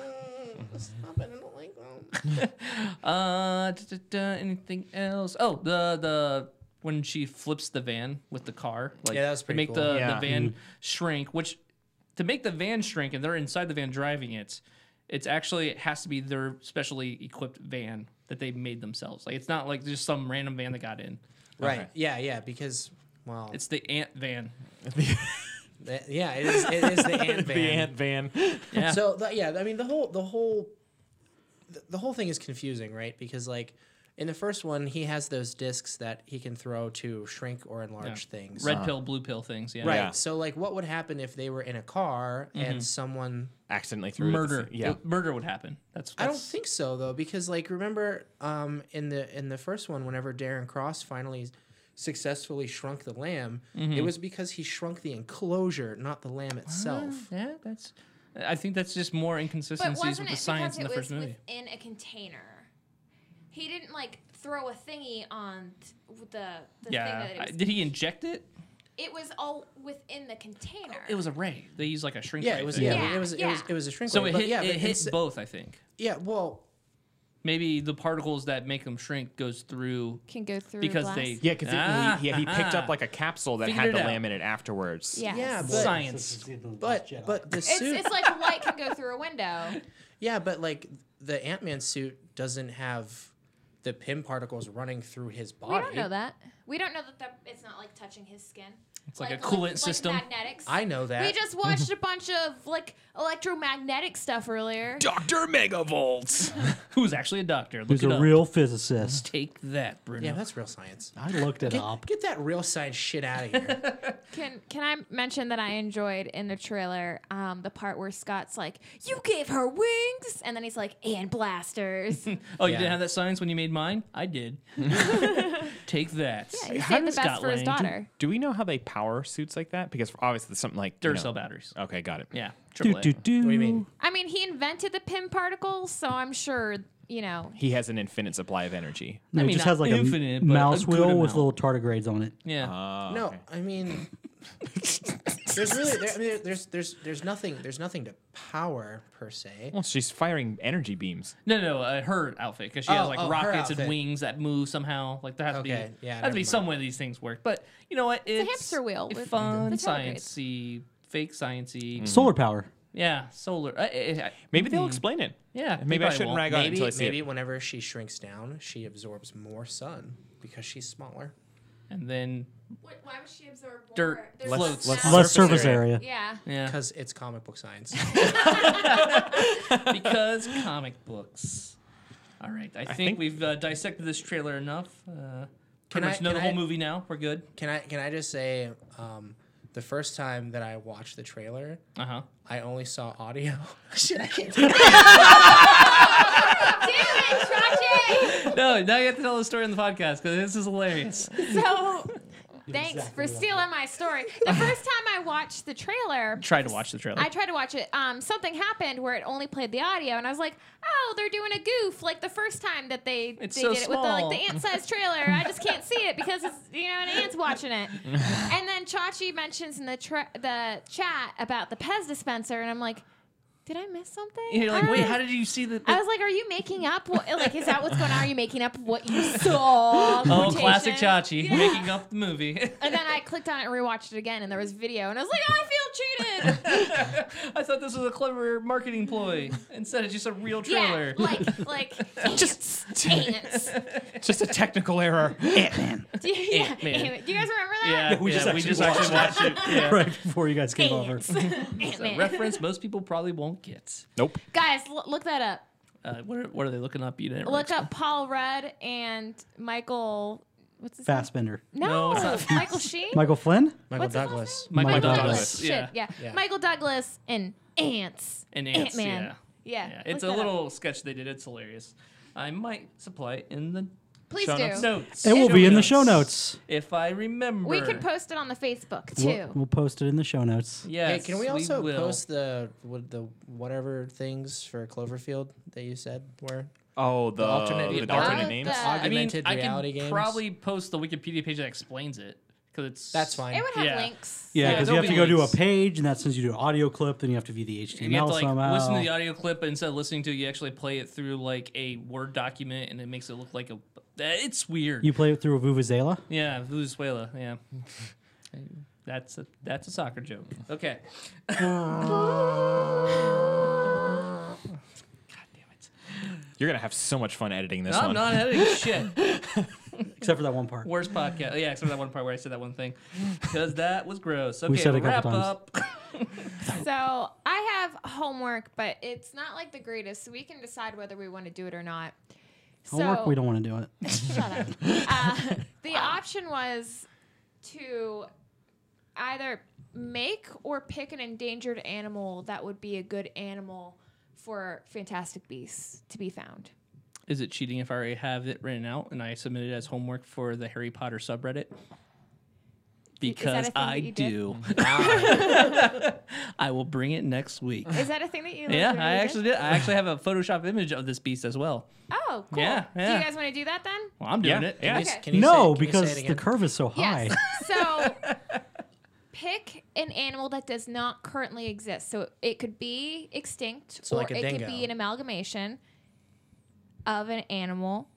Stop it! I don't like them. Uh, da, da, da, anything else? Oh, the the when she flips the van with the car, like Yeah, that was they pretty make cool. the, Yeah. Mm-hmm. the van shrink. Which to make the van shrink, and they're inside the van driving it, It's actually it has to be their specially equipped van that they made themselves. Like it's not like just some random van that got in. Right. Yeah, yeah, because well, It's the ant van. th- yeah, it is it is the ant the van. ant van. Yeah. So th- yeah, I mean the whole the whole th- the whole thing is confusing, right? Because like in the first one, he has those discs that he can throw to shrink or enlarge things. Red pill, blue pill things. Yeah. Right. Yeah. So like what would happen if they were in a car Mm-hmm. and someone Accidentally threw it at the Murder. s- Yeah. It- Murder would happen. That's. I don't that's- think so though, because like remember um, in the in the first one, whenever Darren Cross finally successfully shrunk the lamb, it Mm-hmm. was because he shrunk the enclosure, not the lamb itself. Yeah, that's. I think that's just more But inconsistencies wasn't with it the because science in it the was first movie. within a container? He didn't like throw a thingy on th- the the Yeah. thing I- that it was. Did he inject it? it was all within the container. It was a ray. They used like a shrink. Yeah, ray it was thing. yeah, Yeah, it was it was yeah. it was a shrink. So ray, it but hit. yeah, it but hit it's- both. I think. Yeah, well, Maybe the particles that make them shrink goes through Can go through. because glass. they. Yeah, because Ah, he, yeah, he picked ah. up like a capsule that Figured had it the out. lamb in it afterwards. Yes. yeah, but science. but but the It's, suit, it's like light can go through a window. yeah, but like the Ant Man suit doesn't have the pin particles running through his we body. don't know that. We don't know that the, it's not like touching his skin. It's like a coolant system. Magnetics. I know that. We just watched a bunch of like electromagnetic stuff earlier. Doctor Megavolts. Who's actually a doctor? Look Who's it a up. real physicist? Take that, Bruno. yeah, that's real science. I looked it Get, Um, up. get that real science shit out of here. Can can I mention that I enjoyed in the trailer um, the part where Scott's like, "You gave her wings," and then he's like, "And blasters." yeah, oh, you Yeah. didn't have that science when you made mine. I did. Take that. he How saved the does best Scott for Lang- his daughter. Do we know how they power suits like that? Because obviously it's something like you know- Duracell Oh. batteries. Okay, got it. Yeah. Do, Triple A. do, do. What do you mean? I mean, he invented the pin particles, so I'm sure you know. He has an infinite supply of energy. No, I it mean, just has not like a m- infinite, but a mouse good wheel with amount. Mm-hmm. little tardigrades on it. Yeah. no, I mean, there's really there, I mean, there's there's there's nothing there's nothing to power per se. Well, she's firing energy beams. No, no, uh, her outfit because she has Oh, like oh, her rockets and outfit. wings that move somehow. Like there has Okay, to be, yeah, has to never be mind. some way these things work. But you know what? It's, hamster wheel with fun, the tardigrades. sciencey, fake sciencey. Solar power. Yeah, solar. I, I, I, Maybe they'll explain it. Hmm. Yeah, they Maybe I probably shouldn't won't. rag on it Maybe until I see maybe it. whenever she shrinks down, she absorbs more sun because she's smaller. and then Why was she absorbed? more? Dirt There's floats. less Let's- mass. Less surface, area. area. Yeah. yeah, Because it's comic book science. because comic books. All right, I, think, think- we've uh, dissected this trailer enough. Uh, pretty I- much know can the whole I- movie now. We're good. can I can I just say, um, the first time that I watched the trailer, Uh huh. I only saw audio. Shit, I can't. Damn it, No, now you have to tell the story on the podcast because this is hilarious. Trache! So, thanks exactly for stealing my story. The first time I watched the trailer, Try to watch the trailer. I tried to watch it. Um, something happened where it only played the audio, and I was like, "Oh, they're doing a goof like the first time that they It's they so did it with the, like small. the ant-sized trailer." I just can't see it because it's you know an ant's watching it. and then Chachi mentions in the tra- the chat about the Pez dispenser, and I'm like, "Did I miss something?" You're like, wait, Uh, how did you see the? I was like, "Are you making up? What, like, is that what's going on? Are you making up what you saw?" Oh, classic Quotations. Chachi Yeah. making up the movie. And then I clicked on it and rewatched it again, and there was video, and I was like, "I feel cheated." I thought this was a clever marketing ploy. Instead, it's just a real trailer. Yeah, like like ants. ants. Just a technical error. Do you, yeah, man. ant- do you guys remember that? yeah, we just actually, watched, it. Yeah. Right before you guys came over. Ants. Ant A Man. reference most people probably won't get. nope. Guys, l- look that up. Uh, what, are, what are they looking up? You didn't Look really up Paul Rudd and Michael. What's his Fastbender. name? No, No, uh, it's not- Michael Sheen. Michael Flynn? What's Michael his last Douglas. Michael Michael Douglas. Douglas. Yeah. Shit, yeah. Yeah. Michael Douglas and ants. And ants, Ant-Man. yeah. Yeah, Yeah, look It's a that up. little sketch they did. It's hilarious. I might supply it in the Please show do. notes. notes. It will be in the show notes. If I remember. We can post it on the Facebook We'll, too. we'll post it in the show notes. Yes, hey, can we also will. post the what, the whatever things for Cloverfield that you said were? Oh, the, alternate- alternate, the alternate alternate- names. the- I mean, augmented I reality can games? probably post the Wikipedia page that explains it because it's That's fine. It would have Yeah. links. Yeah, Yeah, because you there'll have to be go to a links. page, and that sends you to an audio clip. Then you have to view the HTML And you have to like somehow. listen to the audio clip but instead of listening to it, you actually play it through like a Word document and it makes it look like a. It's weird. you play it through a Vuvuzela. yeah, Venezuela. Yeah. That's a that's a soccer joke. Okay. You're gonna have so much fun editing this I'm one. not editing shit. except for that one part. Worst podcast. Yeah, except for that one part where I said that one thing. Because that was gross. Okay, said it a couple wrap times. up. So I have homework, but it's not like the greatest, so we can decide whether we want to do it or not. Homework, so Uh, we don't want to do it. the option was to either make or pick an endangered animal that would be a good animal for Fantastic Beasts to be found. Is it cheating if I already have it written out and I submit it as homework for the Harry Potter subreddit? Because a thing I that you did? do. I will bring it next week. Is that a thing that you? Yeah, literally I did? actually did. I actually have a Photoshop image of this beast as well. Oh, cool. Yeah, Do yeah. you guys want to do that then? Well, I'm doing Yeah, it. yeah. It's- Okay. Can you No, say, can you say because it the again? curve is so high. Yes. So pick an animal that does not currently exist. So it could be extinct So or like a it dingo. could be an amalgamation of an animal.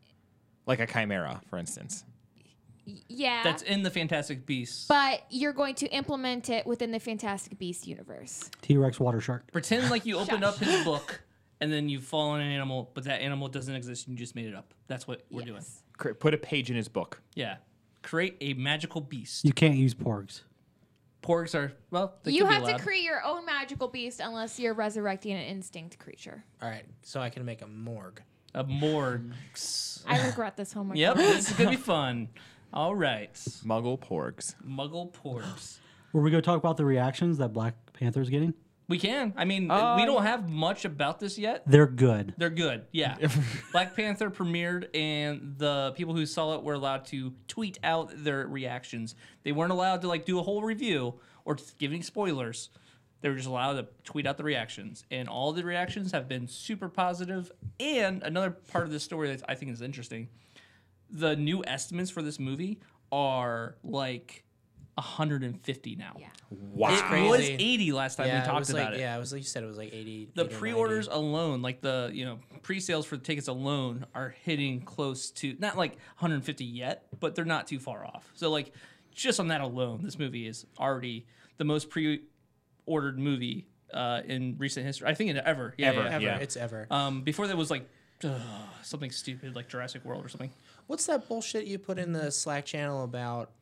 like a chimera, for instance. Y- Yeah. That's in the Fantastic Beasts. but you're going to implement it within the Fantastic Beast universe. T Rex water shark. Pretend like you opened up his book and then you fall on an animal, but that animal doesn't exist and you just made it up. That's what we're doing. Yes. Cr- Put a page in his book. Yeah. Create a magical beast. You can't use porgs. Porgs are, well, they You could be have to allowed. create your own magical beast unless you're resurrecting an instinct creature. All right, so I can make a morgue. A morgue. I regret this homework. Uh, Yep, this is gonna be fun. All right, Muggle porgs. Muggle porgs. Were we going to talk about the reactions that Black Panther's getting? We can. I mean, we don't have much about this yet. They're good. They're good. Yeah. Black Panther premiered, and the people who saw it were allowed to tweet out their reactions. They weren't allowed to like do a whole review or t- give any spoilers. They were just allowed to tweet out the reactions, and all the reactions have been super positive. And another part of this story that I think is interesting: the new estimates for this movie are like 150 now. Yeah. Wow. It crazy. was 80 last time yeah, we it talked was about like, it Yeah, it was like you said, it was like 80. the 80, 90. pre-orders alone like the you know pre-sales for the tickets alone are hitting close to not like 150 yet but they're not too far off so like just on that alone this movie is already the most pre-ordered movie uh, in recent history i think in ever yeah, Ever. yeah, Ever, Yeah. it's ever. yeah. um before that was like ugh, something stupid like jurassic world or something What's that bullshit you put in the Slack channel about?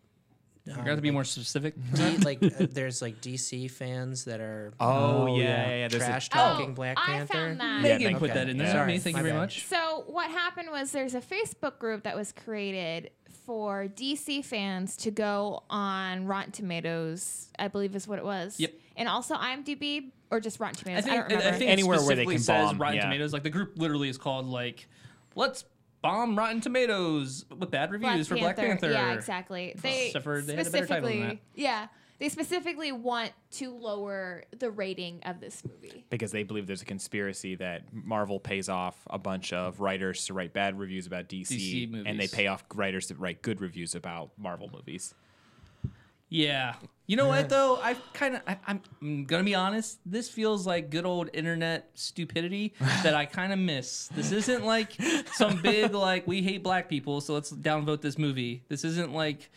i got to be more specific D, like, uh, there's like DC fans that are Oh, yeah, yeah. yeah, yeah. There's a- trash Oh, talking Black I Panther. found that. megan thank- put okay. that in there Yeah. Sorry, Sorry, thank my you very bad. much So what happened was there's a Facebook group that was created for DC fans to go on Rotten Tomatoes, I believe is what it was. Yep. And also IMDb or just Rotten I Tomatoes. I, think, don't remember. I think Anywhere anywhere where they can says bomb, Rotten yeah. Tomatoes. Like the group literally is called like, let's bomb Rotten Tomatoes with bad reviews for Black Panther. Yeah, exactly. They Except for they had a better title than specifically, yeah, they specifically want to lower the rating of this movie. because they believe there's a conspiracy that Marvel pays off a bunch of writers to write bad reviews about DC, DC and they movies. pay off writers to write good reviews about Marvel movies. Yeah. You know what though? I kind of I'm, I'm gonna be honest. This feels like good old internet stupidity that I kind of miss. This isn't like some big like we hate black people, so let's downvote this movie. This isn't like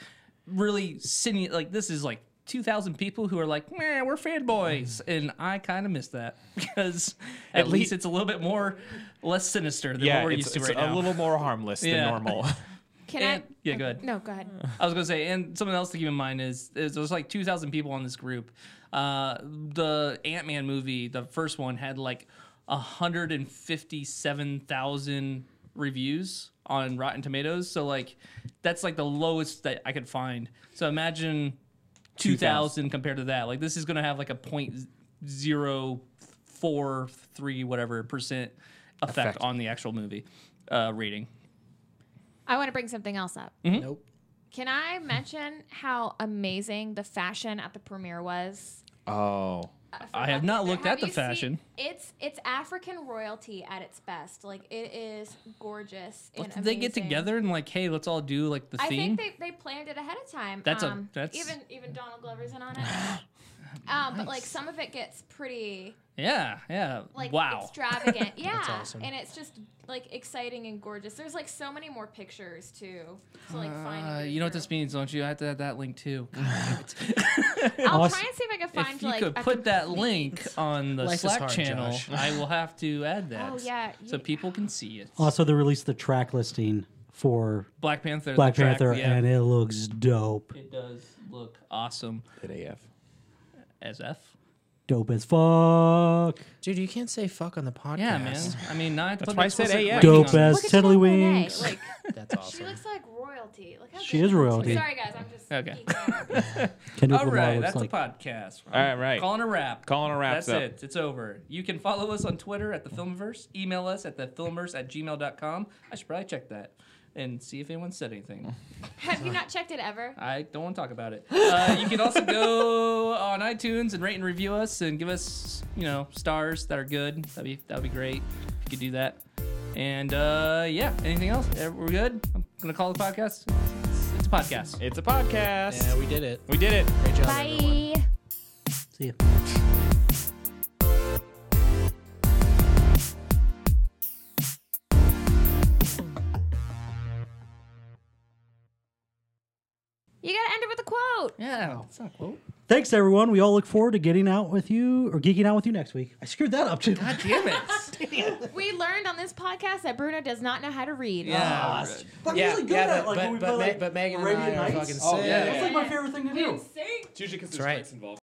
really cine like this is like. 2000 people who are like man we're fanboys and i kind of miss that because at, least, Mm. lea- it's a little bit more less sinister than what yeah, we're it's, used to it's right a now little more harmless Yeah. than normal. Can And- I? yeah, go ahead. No, go ahead. I was gonna say, and something else to keep in mind is, is there's like 2,000 people on this group. Uh, the Ant Man movie, the first one, had like 157,000 reviews on Rotten Tomatoes. So like, that's like the lowest that I could find. So imagine 2,000 compared to that. Like this is gonna have like a point zero four three whatever percent effect, Effect. on the actual movie uh, rating. I want to bring something else up. Mm. Mm-hmm. Nope. Can I mention how amazing the fashion at the premiere was? oh, I have not looked Have at the you seen- fashion. it's it's African royalty at its best. Like it is gorgeous. Well, and did they get amazing. together and like, hey, let's all do like the I theme? think they, they planned it ahead of time. That's a- um, that's- even even Donald Glover's in on it. Um, But like some of it gets pretty Yeah, yeah. like wow. extravagant. Yeah. awesome. And it's just like exciting and gorgeous. There's like so many more pictures too. So like find Uh, and go you know what through. this means, don't you? I have to add that link too. I'll Awesome. try and see if I can find if you like could a put that complete- link on the Life is Slack hard, channel, Josh. I will have to add that. Oh, yeah, So you- people can see it. Also, they released the track listing for Black Panther. Black the track, Panther, yeah. and it looks dope. it does look awesome AF. as F. Dope as fuck. Dude, you can't say fuck on the podcast. Yeah, man. I mean, not to put why I that said explicit AF. rating Dope on it. as- Look at Janelle Monáe, Tiddlywinks. Like That's awesome. she looks like royalty. Look how She good is royalty. Sorry guys, I'm just Okay. geeking out. Kendrick All Lamar right, looks that's like the podcast. All right, right. Calling a wrap. Calling a wrap. That's up. it. It's over. You can follow us on Twitter at the Filmverse. Email us at the Filmverse at gmail.com. I should probably check that and see if anyone said anything. Have you not checked it ever? I don't want to talk about it. Uh, you can also go on iTunes and rate and review us and give us, you know, stars that are good. That'd be that'd be great. If you could do that. And uh, yeah, anything else? Eh, We're good. I'm gonna call the podcast. It's, it's a podcast. It's a podcast. Yeah, we did it. we did it. Great job, everyone. Bye. See ya. You gotta end it with a quote. Yeah, it's not a quote. Thanks, everyone. We all look forward to getting out with you or geeking out with you next week. I screwed that up too. God damn it. We learned on this podcast that Bruno does not know how to read. yeah. But I'm Yeah, really good yeah, at but- like when we play but- but like Ma- but Megan and Arabian I are Nights. fucking Oh, sick. yeah, That's yeah. like my favorite thing to do. It's usually because there's right. drinks involved.